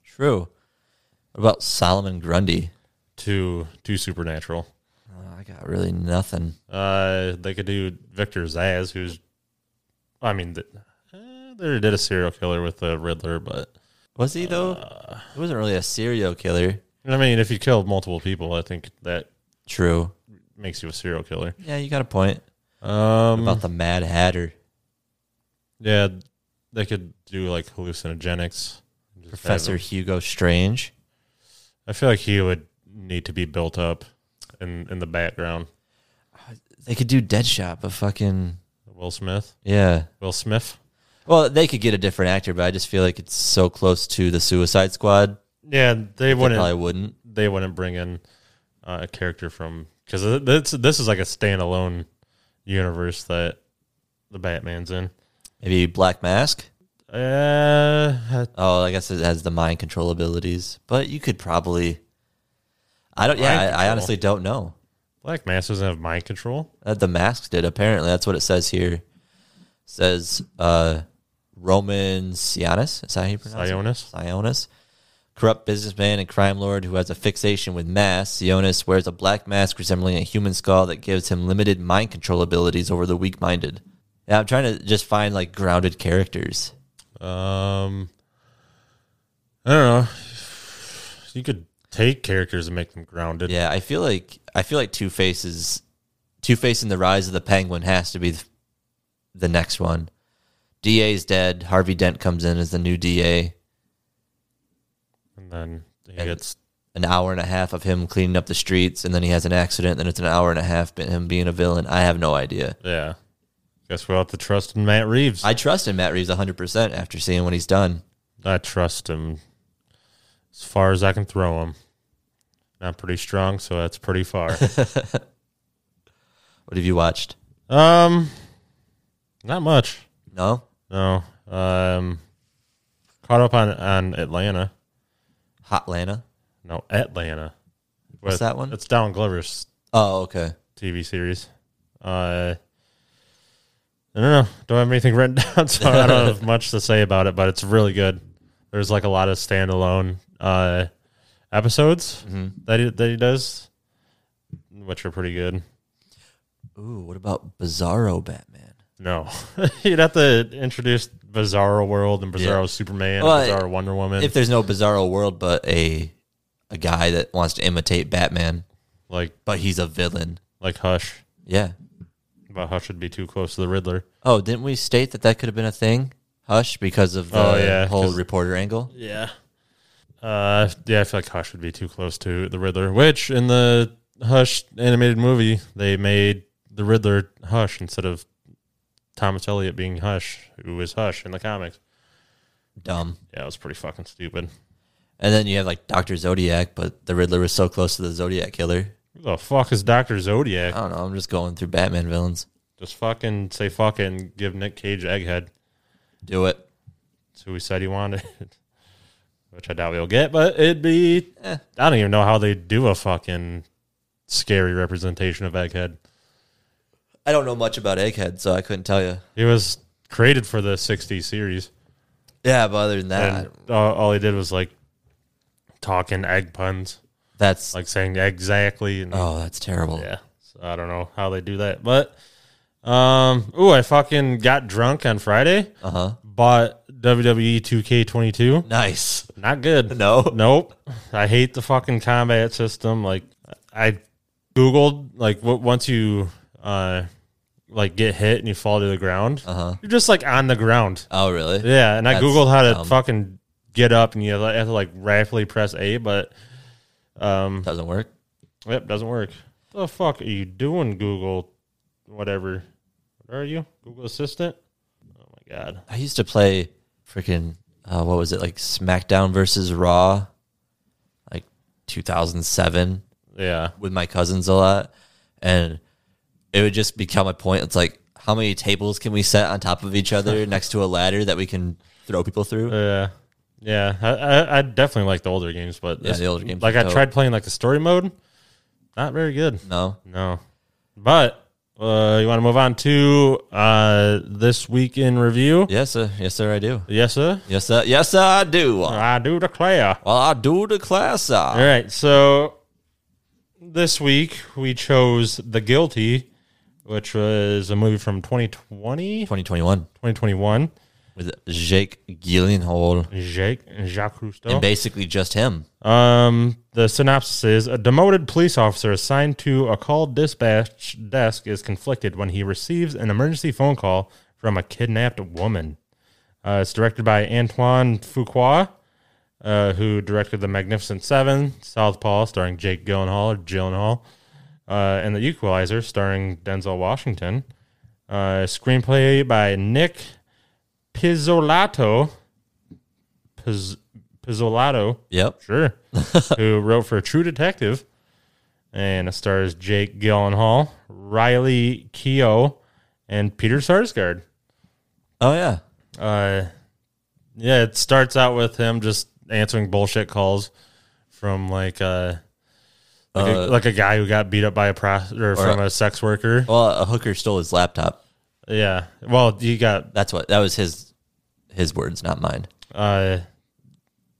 True. What about Solomon Grundy?
Too too supernatural.
Oh, I got really nothing.
Uh, they could do Victor Zaz, who's I mean, th- eh, they did a serial killer with the Riddler, but
Was he, though? Uh, he wasn't really a serial killer.
I mean, if you kill multiple people, I think that
True.
makes you a serial killer.
Yeah, you got a point
Um,
about the Mad Hatter.
Yeah, they could do like hallucinogenics. Just have
Professor
him-
Hugo Strange.
I feel like he would need to be built up in in the background.
They could do Deadshot, but fucking
Will Smith.
yeah.
Will Smith.
Well, they could get a different actor, but I just feel like it's so close to the Suicide Squad.
Yeah, they
They probably
wouldn't.
wouldn't.
They wouldn't bring in uh, a character from because this this is like a standalone universe that the Batman's in.
Maybe Black Mask.
Uh,
Oh, I guess it has the mind control abilities, but you could probably. I don't.
Mind
Yeah, I, I
control.
honestly don't know.
Black Mass doesn't have mind control.
Uh, the masks did apparently. That's what it says here. It says uh, Roman Sionis. Is that how you pronounce it?
Sionis.
Sionis. Corrupt businessman and crime lord who has a fixation with masks, Sionis wears a black mask resembling a human skull that gives him limited mind control abilities over the weak minded. Yeah, I'm trying to just find like grounded characters.
Um, I don't know. You could take characters and make them grounded.
Yeah, I feel like I feel like Two Faces, Two Face and the Rise of the Penguin has to be th- the next one. DA's dead. Harvey Dent comes in as the new DA.
And then he
And-
gets
An hour and a half of him cleaning up the streets, and then he has an accident. Then it's an hour and a half of him being a villain. I have no idea.
Yeah. Guess we'll have to trust in Matt Reeves. I,
I trust in Matt Reeves 100% after seeing what he's done.
trust him as far as I can throw him. Not pretty strong, so that's pretty far.
What have you watched?
um, not much.
No?
No. Um, caught up on on Atlanta.
Hot Lana?
No, Atlanta.
What's that one?
It's Down Glover's
Oh, okay.
TV series. Uh, I don't know. Don't have anything written down, so I don't have much to say about it. But it's really good. There's like a lot of standalone uh, episodes
Mm-hmm.
that he, that he does, which are pretty good.
Ooh, what about Bizarro Batman?
No, you'd have to introduce Bizarro World and Bizarro
Yeah.
Superman,
Well,
and Bizarro Wonder Woman,
If there's no bizarro world, but a a guy that wants to imitate Batman,
like
but he's a villain.
like Hush.
Yeah.
But Hush would be too close to the Riddler.
Oh, didn't we state that that could have been a thing? Hush, because of the
Oh, yeah,
whole
'cause-
reporter angle.
Yeah. Uh, yeah, I feel like Hush would be too close to the Riddler. Which in the Hush animated movie, they made the Riddler Hush instead of Thomas Elliot being Hush, who is Hush in the comics.
Dumb.
Yeah, it was pretty fucking stupid.
And then you have like Doctor Zodiac, but the Riddler was so close to the Zodiac killer.
Who the fuck is Doctor
I
Zodiac?
don't know. I'm just going through Batman villains.
Just fucking say fuck it and give Nick Cage Egghead.
Do it.
That's who he said he wanted, which I doubt we'll get. But it'd be
Eh.
I don't even know how they do a fucking scary representation of Egghead.
I don't know much about Egghead, so I couldn't tell you.
He was created for the 60s series.
Yeah, but other than that,
and uh, all he did was like talking egg puns,
that's
like saying exactly. And,
oh, that's terrible.
yeah, so I don't know how they do that, but um, ooh, I fucking got drunk on Friday.
Uh huh.
Bought E WWE 2K22.
Nice.
Not good.
No.
nope. I hate the fucking combat system. Like I googled like what once you uh like get hit and you fall to the ground,
Uh huh.
you're just like on the ground.
Oh, really?
Yeah, and I
That's
googled how to
dumb.
fucking get up, and you have have to like rapidly press A, but um,
Doesn't work.
yep, doesn't work. The fuck are you doing, Google? Whatever. What are you, Google Assistant? Oh my god.
I used to play freaking uh, what was it like SmackDown versus Raw, like 2007
Yeah,
with my cousins a lot, and it would just become a point. It's like how many tables can we set on top of each other next to a ladder that we can throw people through?
yeah, yeah. I, I, I definitely like the older games, but
Yeah,
this-
the older games
Like
are
I
dope.
tried playing like the story mode, not very good.
No,
No, but. Uh, you want to move on to uh, this week in review?
yes, sir, yes, sir, I do.
Yes, sir.
Yes, sir, yes, sir, I do.
I do declare.
Well, I do declare,
All
sir.
right, so this week we chose The Guilty, which was a movie from 2020,
2021
2021.
with Jake Gyllenhaal
Jake Jacques
and
Cousteau.
basically just him.
Um, the synopsis is a demoted police officer assigned to a call dispatch desk is conflicted when he receives an emergency phone call from a kidnapped woman. Uh, it's directed by Antoine Fuqua, uh, who directed The Magnificent Seven, Southpaw, starring Jake Gyllenhaal, or Gyllenhaal, uh, and The Equalizer, starring Denzel Washington. Uh, screenplay by Nick Pizzolato. Piz- Pizzolato.
Yep.
Sure. who wrote for True Detective. And it stars Jake Gyllenhaal, Riley Keough, and Peter Sarsgaard.
Oh yeah.
Uh, yeah, it starts out with him just answering bullshit calls from like uh like, a,
Uh,
like a guy who got beat up by a prostitute or from a sex worker.
Well, a hooker stole his laptop.
Yeah. Well, you got
That's what that was his his words, not mine.
uh,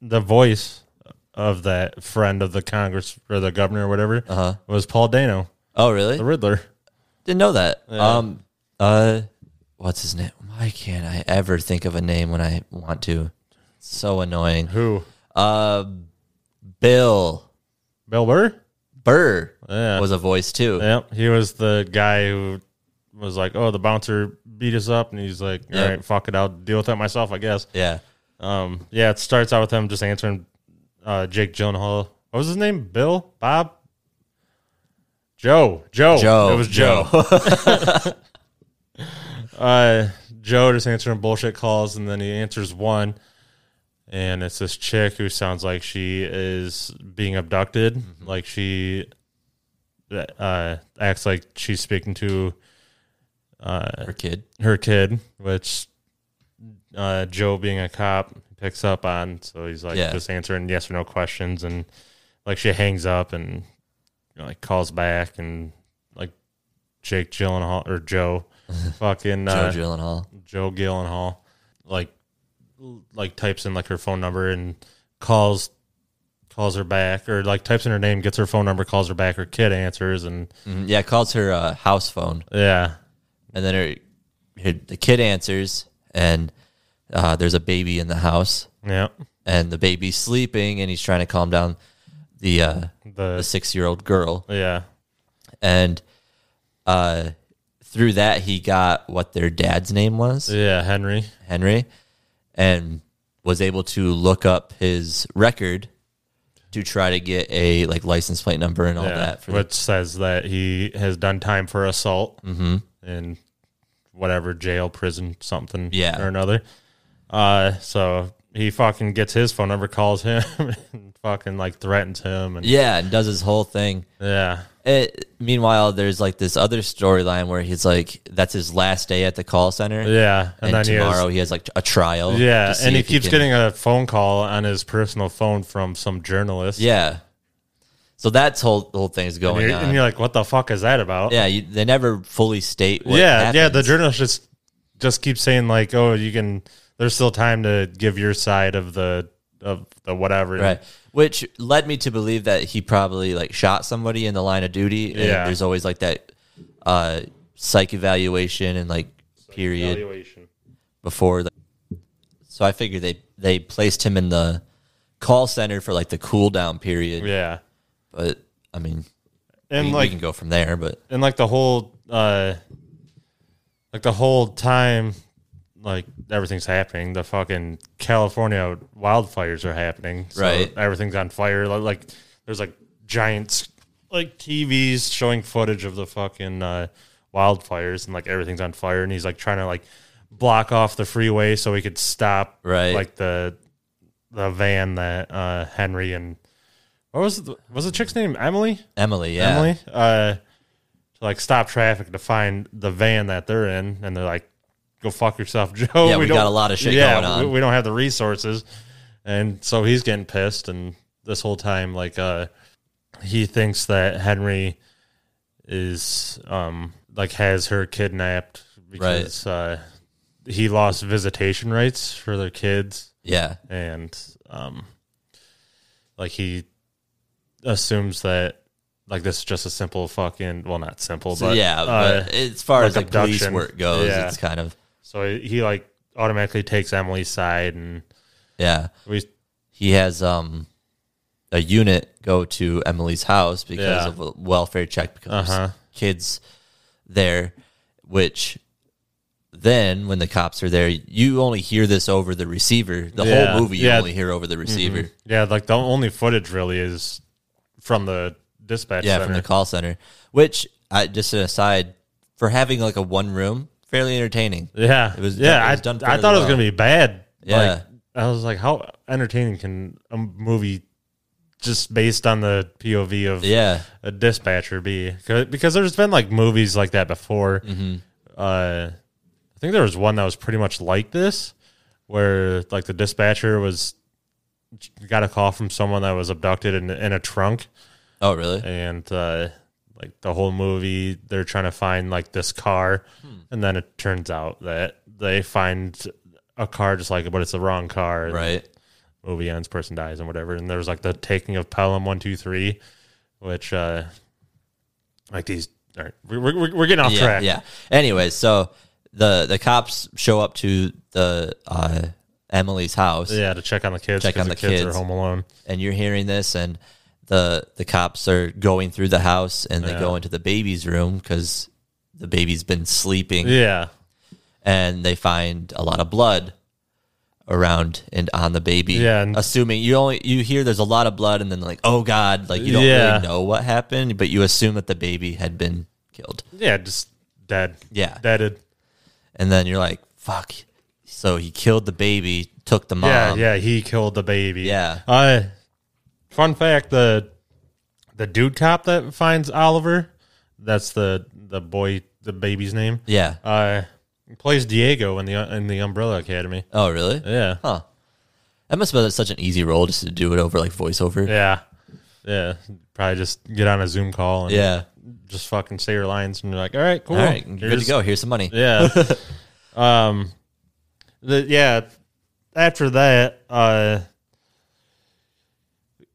the voice of that friend of the Congress or the governor or whatever
Uh-huh.
was Paul Dano,
Oh really?
the Riddler.
Didn't know that.
Yeah.
Um uh what's his name? Why can't I ever think of a name when I want to? so annoying.
Who?
Uh Bill
Bill Burr?
Burr
Yeah.
was a voice too.
Yep. He was the guy who was like, "Oh, the bouncer beat us up," and he's like, "All right,
Yeah.
fuck it, I'll deal with that myself, I guess."
Yeah.
Um, yeah, it starts out with him just answering uh, Jake Gyllenhaal. What was his name? Bill? Bob? Joe? Joe?
Joe.
It was Joe. uh, Joe just answering bullshit calls, and then he answers one, and it's this chick who sounds like she is being abducted, like she uh, acts like she's speaking to
Her kid.
her kid, which uh, Joe being a cop picks up on. So he's like
Yeah.
just answering yes or no questions, and like she hangs up and you know, like calls back, and like Jake Gyllenhaal or Joe, fucking uh,
Joe Gyllenhaal.
Joe Gyllenhaal, like like types in like her phone number and calls calls her back or like types in her name, gets her phone number, calls her
Mm-hmm.
back, her kid answers and
Mhm. Yeah, calls her uh, house phone,
yeah.
and then her here- the kid answers, and uh, there's a baby in the house,
Yeah.
and the baby's sleeping, and he's trying to calm down the uh, the
The
six year old girl,
yeah.
and uh, through that he got what their dad's name was.
Yeah, Henry.
Henry and was able to look up his record to try to get a like license plate number and all
Yeah.
that for the-
which says that he has done time for assault
Mm-hmm.
in whatever jail, prison, something
Yeah.
or another. Uh, so he fucking gets his phone number, calls him, and fucking like threatens him, and
yeah and does his whole thing
yeah,
it, meanwhile there's like this other storyline where he's like that's his last day at the call center
yeah.
and,
he has-
tomorrow he has, like a trial
Yeah,
to see
and he
if
keeps
can-
getting a phone call on his personal phone from some journalist.
yeah so that's whole whole thing's
and
going
you're,
on
and you're like, "What the fuck is that about?"
yeah you, they never fully state what
yeah, yeah. The
happens.
journalist just just keeps saying like, "Oh, you can." There's still time to give your side of the of the whatever.
Right. Which led me to believe that he probably like shot somebody in the line of duty. And
Yeah.
There's always like that uh psych evaluation and like period
Evaluation.
before. The- so I figured they they placed him in the call center for like the cool down period.
Yeah,
But I mean,
and
we, we
like
can go from there. But
and like the whole uh like the whole time like everything's happening the fucking california wildfires are happening so
Right.
everything's on fire like, like there's like giants like tvs showing footage of the fucking uh wildfires and like everything's on fire and he's like trying to like block off the freeway so he could stop
Right.
like the the van that uh henry and what was the, was the chick's name emily
Emily, yeah,
Emily, uh, to like stop traffic to find the van that they're in, and they're like, "Go fuck yourself, Joe."
Yeah, we got a lot of shit
yeah,
going
we-
on.
We, don't have the resources, and so he's getting pissed. And this whole time, like, uh, he thinks that Henry is um like has her kidnapped because uh, he lost visitation rights for their kids
yeah,
and um like he assumes that like this is just a simple fucking well not simple
so
but
yeah.
uh,
but as far
like
as like police
abduction.
work goes,
Yeah.
it's kind of
so he, he like automatically takes Emily's side and
yeah.
we
he has um a unit go to Emily's house because
Yeah.
of a welfare check because
Uh-huh.
there's kids there, which then when the cops are there, you only hear this over the receiver. The
Yeah.
whole movie you
Yeah. Mm-hmm.
only hear over the receiver.
yeah like the only footage really is from the dispatch
Yeah,
center.
from the call center. Which I just an aside for having like a one room, fairly entertaining.
yeah
It was
yeah
done- it
I,
was done
I
fairly
thought it was
well.
gonna be bad
Yeah.
like, I was like how entertaining can a movie just based on the POV of
Yeah.
a dispatcher be 'Cause- because there's been like movies like that before. Uh, I think there was one that was pretty much like this, where like the dispatcher was got a call from someone that was abducted in, in a trunk,
Oh really?
and uh, like the whole movie they're trying to find like this car, and then it turns out that they find a car just like it, but it's the wrong car. and
Right.
movie ends, person dies, and whatever. And there was like the taking of Pelham one two three, which uh like these. All right, we're we're, we're getting off
yeah,
track.
Yeah. Anyway, so the the cops show up to the uh, Emily's house,
yeah. To check on the kids,
Check
because
on
the
the
kids, are
kids.
home alone.
and you're hearing this, and the the cops are going through the house, and they go into the baby's room because the baby's been sleeping,
Yeah,
and they find a lot of blood around and on the baby.
Yeah, and-
assuming you only you hear there's a lot of blood, and then like oh god, like you don't
Yeah.
really know what happened, but you assume that the baby had been killed.
yeah, just dead.
Yeah.
deaded.
and then you're like, fuck. So he killed the baby, took the mom.
Yeah, yeah. He killed the baby.
Um, Yeah.
Uh, fun fact: the the dude cop that finds Oliver, that's the the boy, the baby's name.
Yeah.
Uh, plays Diego in the in the Umbrella Academy.
Oh, really?
Yeah.
Huh. That must have been such an easy role just to do it over like voiceover.
Yeah. Yeah. Probably just get on a Zoom call and
Yeah.
just fucking say your lines and you're like, all right, cool.
All right, good to
Here's-
go. Here's some money.
Yeah. um the, yeah. After that, uh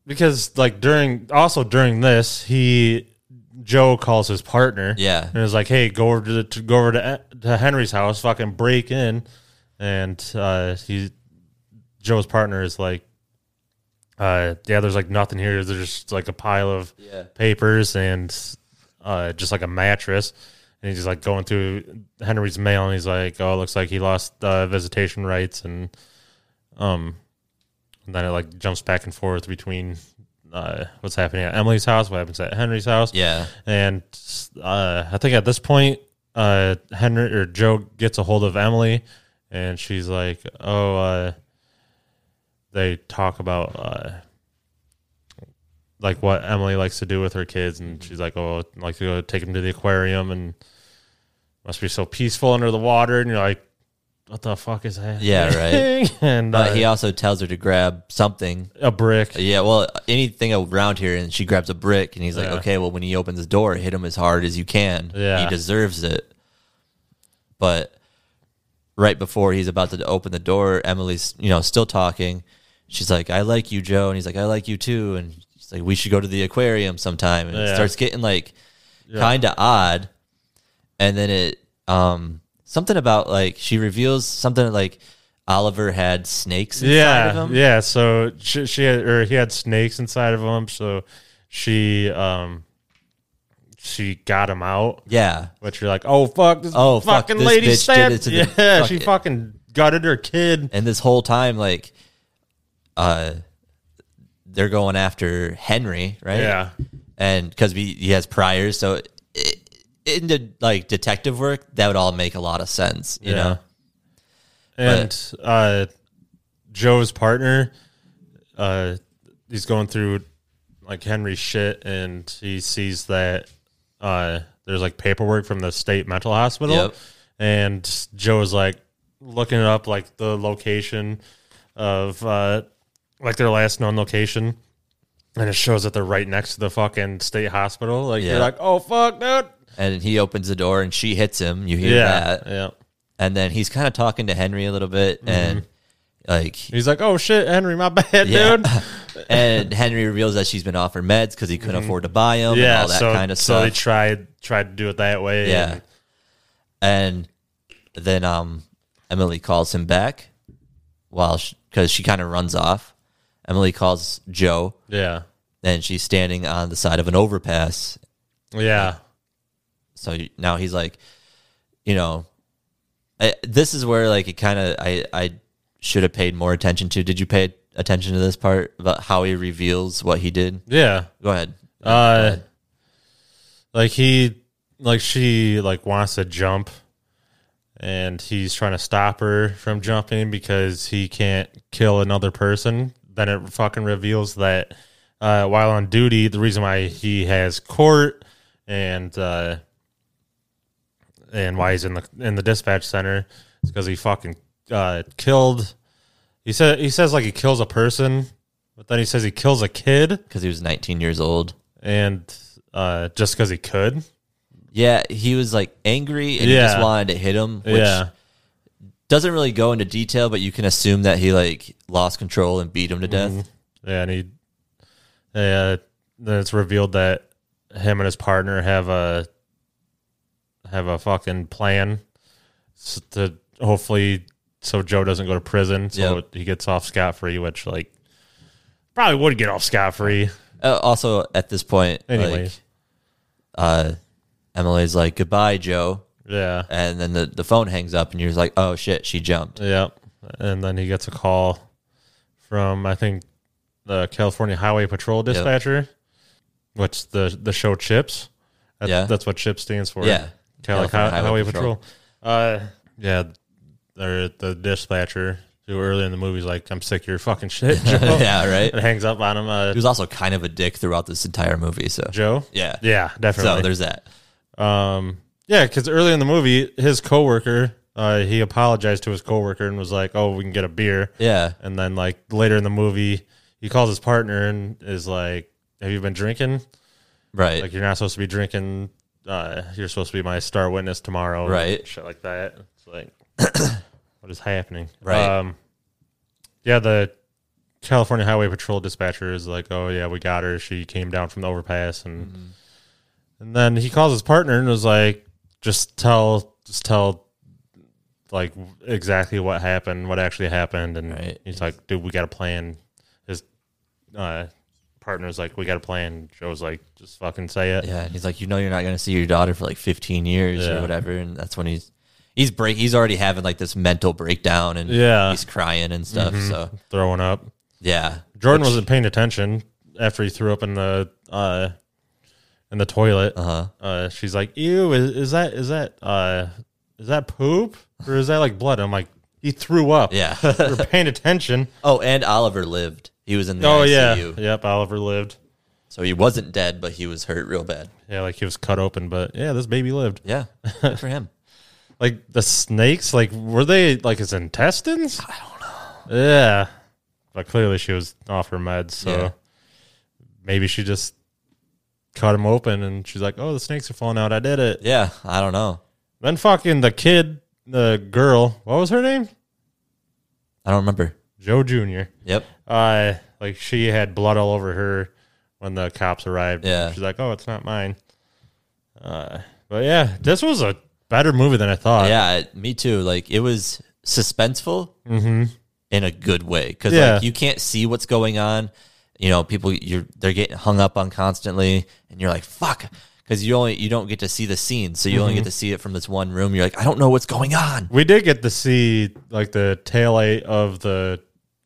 because like during also during this, he Joe calls his partner.
Yeah.
and is like, "Hey, go over to, the, to go over to, to Henry's house, fucking break in." And uh, he, Joe's partner is like, uh, "Yeah, there's like nothing here. There's just like a pile of
Yeah.
papers and uh, just like a mattress." And he's just like going through Henry's mail, and he's like, "Oh, it looks like he lost uh, visitation rights," and um, and then it like jumps back and forth between uh, what's happening at Emily's house, what happens at Henry's house,
Yeah.
and uh, I think at this point, uh, Henry or Joe gets a hold of Emily, and she's like, "Oh, uh, they talk about uh, like what Emily likes to do with her kids, and she's like, "Oh, I like to go take them to the aquarium, and must be so peaceful under the water." And you're like, "What the fuck is that?"
Yeah, right.
and uh,
But he also tells her to grab something.
a brick.
Yeah, well, anything around here, and she grabs a brick, and he's like,
Yeah.
"Okay, well, when he opens the door, hit him as hard as you can.
Yeah.
he deserves it." But right before he's about to open the door, Emily's you know still talking. She's like, "I like you, Joe," and he's like, "I like you too," and she's like, "We should go to the aquarium sometime." And it
Yeah.
starts getting like kind of odd, and then it um something about like she reveals something like Oliver had snakes inside
yeah,
of him.
Yeah, so she, she had, or he had snakes inside of him, so she um she got him out.
Yeah,
But you're like, oh fuck, this
Oh, fuck,
fucking
this
lady
bitch did
stabbed.
it to the-
Yeah,
fuck
she
it.
fucking gutted her kid.
and this whole time like uh they're going after henry right
Yeah,
and because he, he has priors so it, in the like detective work that would all make a lot of sense you
Yeah.
know
and uh, Joe's partner, uh, he's going through like Henry's shit, and he sees that uh, there's like paperwork from the state mental hospital,
Yep.
and Joe's like looking up like the location of uh, like their last known location. And it shows that they're right next to the fucking state hospital. Like
Yeah.
you're like, oh fuck, dude.
and he opens the door and she hits him you hear
Yeah,
that
yeah.
and then he's kind of talking to henry a little bit
Mm-hmm.
and like
He's like, oh shit, Henry, my bad,
Yeah.
dude.
and henry reveals that she's been off her meds because he couldn't afford to buy them and all that
Mm-hmm. so,
kind of
so
stuff
they tried tried to do it that way.
Yeah.
and-
And then um, Emily calls him back while because she, kind of runs off. Emily calls Joe,
yeah,
and she's standing on the side of an overpass.
yeah,
So now he's like, you know, I, this is where like it kind of I I should have paid more attention to. Did you pay attention to this part about how he reveals what he did?
yeah.
Go ahead.
Uh, like he, like she, like wants to jump, and he's trying to stop her from jumping because he can't kill another person. Then it fucking reveals that uh, while on duty, the reason why he has court and uh, and why he's in the in the dispatch center is because he fucking uh, killed. He said he says like he kills a person, but then he says he kills a kid
Because he was 19 years old.
and uh, just because he could.
Yeah, he was like angry and he just
Yeah.
wanted to hit him. Which
yeah,
doesn't really go into detail, but you can assume that he like lost control and beat him to death.
Mm-hmm. yeah, and he, uh, then it's revealed that him and his partner have a have a fucking plan s- to hopefully so Joe doesn't go to prison, so
Yep.
he gets off scot free, which like probably would get off scot free.
Uh, also, at this point, like,
Anyways.
uh, Emily's like goodbye, Joe,
Yeah,
and then the, the phone hangs up, and you're like, oh shit, she jumped.
yeah, and then he gets a call from I think the California Highway Patrol dispatcher, which the the show Chips. That's,
Yeah.
that's what Chips stands for.
Yeah.
Cal-
California
Hi- Highway, Patrol. Uh, yeah, or the dispatcher who earlier in the movie's like, "I'm sick of your fucking shit." Joe."
yeah, right.
and hangs up on him. Uh,
He was also kind of a dick throughout this entire movie. So
Joe.
yeah,
Yeah, definitely.
So there's that.
Um, yeah, because earlier in the movie, his coworker, uh, he apologized to his coworker and was like, "Oh, we can get a beer."
Yeah,
And then like later in the movie, he calls his partner and is like, "Have you been drinking?
right.
Like you're not supposed to be drinking. Uh, you're supposed to be my star witness tomorrow, and
Right.
Shit like that. It's like, what is happening?
Right.
Um, yeah, the California
Mm-hmm.
Highway Patrol dispatcher is like, "Oh yeah, we got her. She came down from the overpass and And then he calls his partner and was like, "Just tell, just tell, like exactly what happened, what actually happened." And
Right.
he's like, "Dude, we got a plan." His uh, partner's like, "We got a plan." Joe's like, "Just fucking say it."
Yeah, and he's like, you know, you're not going to see your daughter for like 15 years
Yeah.
or whatever, and that's when he's he's break he's already having like this mental breakdown and
Yeah.
he's crying and stuff. So
Throwing up.
yeah,
Jordan wasn't paying attention after he threw up in the uh, in the toilet.
Uh-huh.
Uh, she's like, "Ew, is, is that is that uh, is that poop or is that like blood?" I'm like, "He threw up."
yeah.
You're paying attention.
oh, and Oliver lived. He was in the
oh
ICU,
yeah, yep. Oliver lived.
so he wasn't dead, but he was hurt real bad.
Yeah, like he was cut open, but yeah, this baby lived.
Yeah, good for him.
Like the snakes, like were they like his intestines? I don't know. Yeah, but clearly she was off her meds, so
Yeah.
maybe she just cut him open, and she's like, "Oh, the snakes are falling out. I did it."
Yeah, I don't know.
Then fucking the kid, the girl, what was her name?
I don't remember.
Joe Junior.
Yep.
Uh, like she had blood all over her when the cops arrived.
Yeah.
she's like, "Oh, it's not mine." Uh, but yeah, this was a better movie than I thought.
yeah, it- me too. Like it was suspenseful in a good way because
Mm-hmm. Yeah.
like you can't see what's going on. You know, people you're they're getting hung up on constantly, and you're like fuck because you only you don't get to see the scene, so you only
Mm-hmm.
get to see it from this one room. You're like, I don't know what's going on.
we did get to see like the tail light of the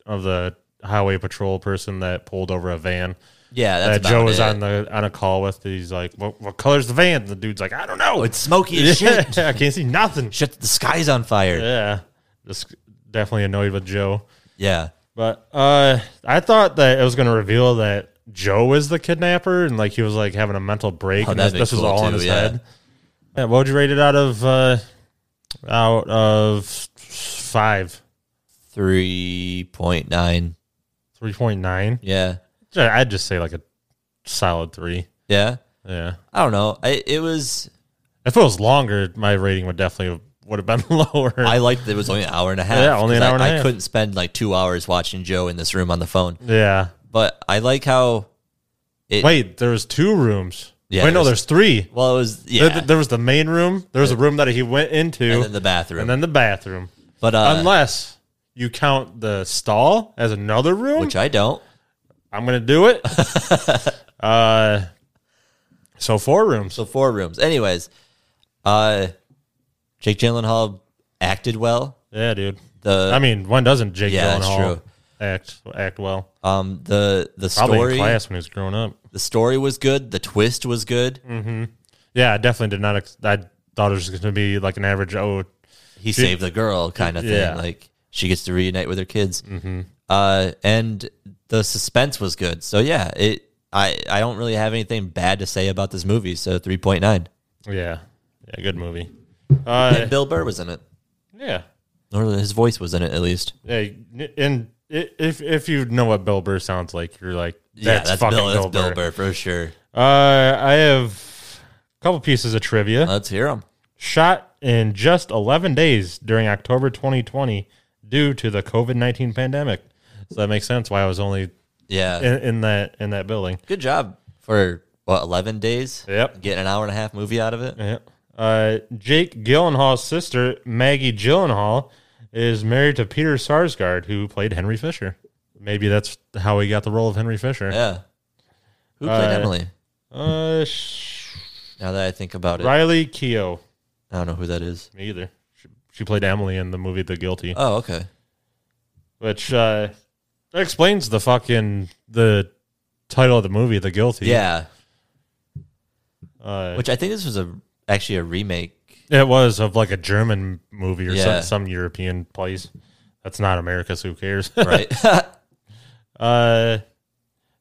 of the highway patrol person that pulled over a van
Yeah, that's
that
about
Joe was
it.
on the on a call with. He's like, "What, what color's the van?" the dude's like, "I don't know.
It's smoky as shit.
I can't see nothing."
Shit, the sky's on fire. Yeah.
Yeah, just definitely annoyed with Joe. But uh, I thought that it was going to reveal that Joe was the kidnapper and like he was like having a mental break.
Oh,
and this,
that'd be
this was
cool,
all in
too,
his
yeah.
head. Yeah, what would you rate it out of uh, out of five?
three point nine.
Three point nine.
Yeah,
I'd just say like a solid three.
yeah.
Yeah.
I don't know. I, it was.
If it was longer, my rating would definitely would have been lower.
I liked that it was only an hour and a half.
Yeah, only an
'cause I-
hour and a half.
I couldn't spend like two hours watching Joe in this room on the phone.
yeah.
But I like how. It,
Wait, there was two rooms.
Yeah,
Wait, no,
there's-
there's three.
Well, it was yeah,
There- There was the main room. There was a room that he went into,
and then the bathroom.
and then the bathroom.
but uh,
Unless you count the stall as another room,
which I don't.
I'm going to do it. uh, so four rooms.
So four rooms. Anyways, uh, Jake Gyllenhaal acted well.
Yeah, dude.
The
I mean, one doesn't Jake
yeah, that's
Gyllenhaal
true.
act act well.
um the the
Probably in
story
class when he was growing up.
the story was good. The twist was good.
Yeah, I definitely did not. Ex- I thought it was going to be like an average. Oh,
He saved the girl kind of thing.
Yeah. Mm-hmm.
Like she gets to reunite with her kids. Uh, and the suspense was good. So yeah, it. I, I don't really have anything bad to say about this movie, so 3.9.
yeah, yeah, good movie. Uh,
And Bill Burr was in it.
Yeah,
Or his voice was in it, at least.
yeah. And i- if if you know what Bill Burr sounds like, you're like, that's,
yeah, that's
fucking
Bill, that's
Bill, Burr.
for sure.
Uh, I have a couple pieces of trivia.
Let's hear him.
shot in just 11 days during October 2020 due to the COVID 19 pandemic. So that makes sense why I was only
Yeah,
in, in that in that building.
good job for what eleven days.
Yep.
getting an hour and a half movie out of it.
Yeah. Uh, Jake Gyllenhaal's sister Maggie Gyllenhaal is married to Peter Sarsgaard, who played Henry Fisher. Maybe that's how he got the role of Henry Fisher.
Yeah, who played
Uh,
Emily?
Uh, sh-
Now that I think about it,
Riley Keough.
I don't know who that is.
Me either. She, she played Emily in the movie The Guilty.
Oh, okay.
which uh, explains the fucking the title of the movie, The Guilty.
Yeah,
uh,
which I think this was a actually a remake.
it was of like a German movie or
Yeah.
some, some European place. That's not America, so who cares?
Right.
uh,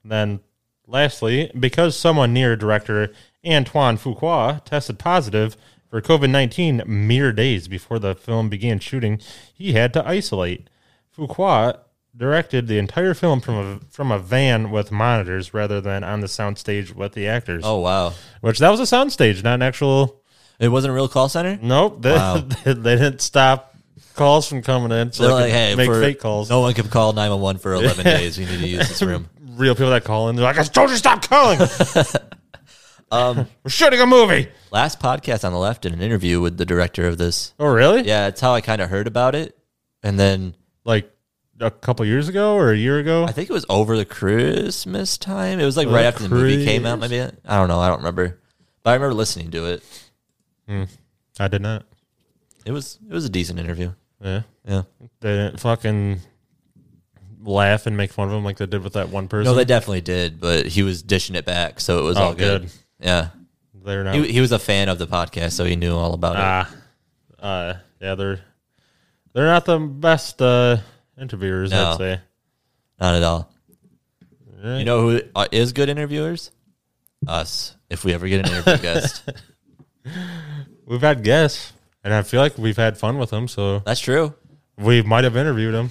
then, lastly, because someone near director Antoine Fuqua tested positive for COVID nineteen mere days before the film began shooting, he had to isolate. Fuqua directed the entire film from a from a van with monitors rather than on the soundstage with the actors.
oh wow,
Which that was a soundstage, not an actual.
it wasn't a real call center.
Nope, they, they, didn't stop calls from coming in. So
They're
they
like,
could
hey,
make
for-
fake calls.
No one could call nine one one for eleven days. We need to use this room.
Real people that call in, they're like, I told you to stop calling.
Um,
We're shooting a movie.
last podcast on the left did an interview with the director of this.
Oh, really?
Yeah, that's how I kind of heard about it. And then
Like a couple years ago or a year ago?
I think it was over the Christmas time. It was like right after the movie came out, maybe. I don't know. I don't remember. But I remember listening to it.
I did not.
It was it was a decent interview.
Yeah.
Yeah.
They didn't fucking laugh and make fun of him like they did with that one person.
No, they definitely did, but he was dishing it back, so it was
Oh,
all good.
good.
Yeah.
they, are not.
He, he was a fan of the podcast, so he knew all about it.
Ah, uh, yeah, they're they're not the best uh, interviewers,
No.
I'd say.
Not at all.
Right.
You know who are- is good interviewers? Us. If we ever get an interview guest,
We've had guests, and I feel like we've had fun with them, so
that's true.
we might have interviewed them.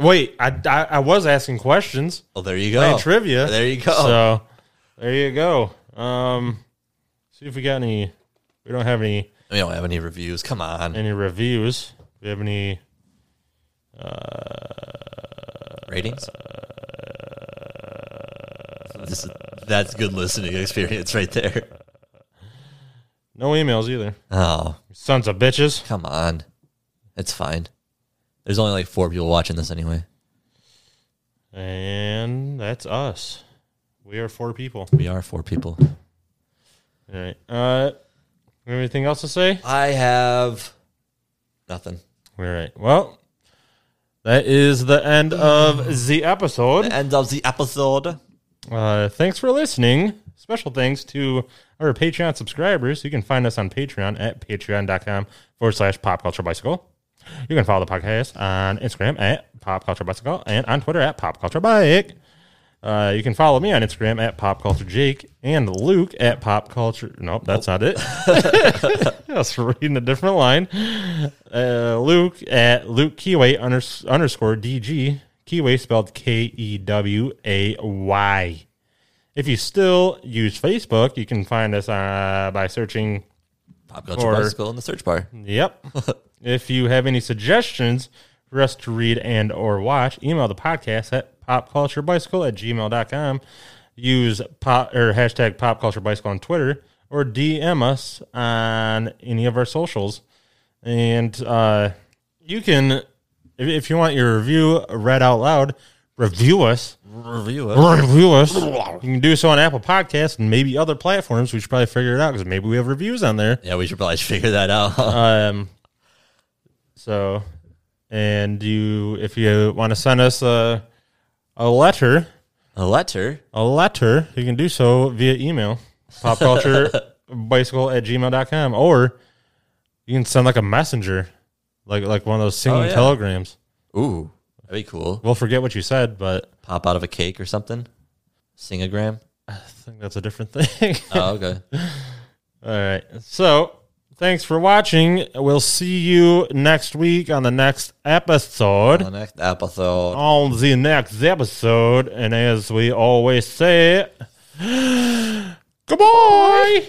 Wait, I, I, I was asking questions,
Well, there you go.
playing trivia.
Oh, There you go.
So there you go. Um, see if we got any. We don't have any
we don't have any reviews. Come on,
any reviews. We have any
ratings. This is, that's good listening experience right there.
no emails either.
Oh,
Sons of bitches.
come on, it's fine. There's only like four people watching this anyway.
And that's us. We are four people.
We are four people.
All right. Uh, you have anything else to say?
I have nothing.
All right. Well, that is the end of the episode.
End of the episode.
Uh, thanks for listening. Special thanks to our Patreon subscribers. You can find us on Patreon at patreon.com forward slash pop culture bicycle. You can follow the podcast on Instagram at pop culture bicycle and on Twitter at pop culture bike. Uh, you can follow me on Instagram at pop culture Jake and Luke at pop culture. Nope, that's not it. I was reading a different line. Uh, Luke at Luke Keyway unders- underscore DG. Keyway spelled K E W A Y. If you still use Facebook, you can find us uh, by searching
Pop culture
Or-
bicycle in the search bar.
Yep. if you have any suggestions for us to read and or watch, email the podcast at popculturebicycle at gmail.com. Use pop or hashtag popculturebicycle on Twitter or DM us on any of our socials. And uh, you can, if, if you want your review read out loud, review us
Review it.
review us. You can do so on Apple Podcasts and maybe other platforms. We should probably figure it out because maybe we have reviews on there.
Yeah, we should probably figure that out.
Um, so, and you, if you want to send us a a letter,
a letter.
a letter, you can do so via email, popculturebicycle at gmail.com, or you can send like a messenger, like like one of those singing
Oh, yeah.
telegrams.
Ooh, that'd be cool.
We'll forget what you said, but
Pop out of a cake or something. Sing a gram.
I think that's a different thing.
Oh, okay.
All right. So thanks for watching. We'll see you next week on the next episode.
the next episode.
on the next episode. And as we always say, goodbye.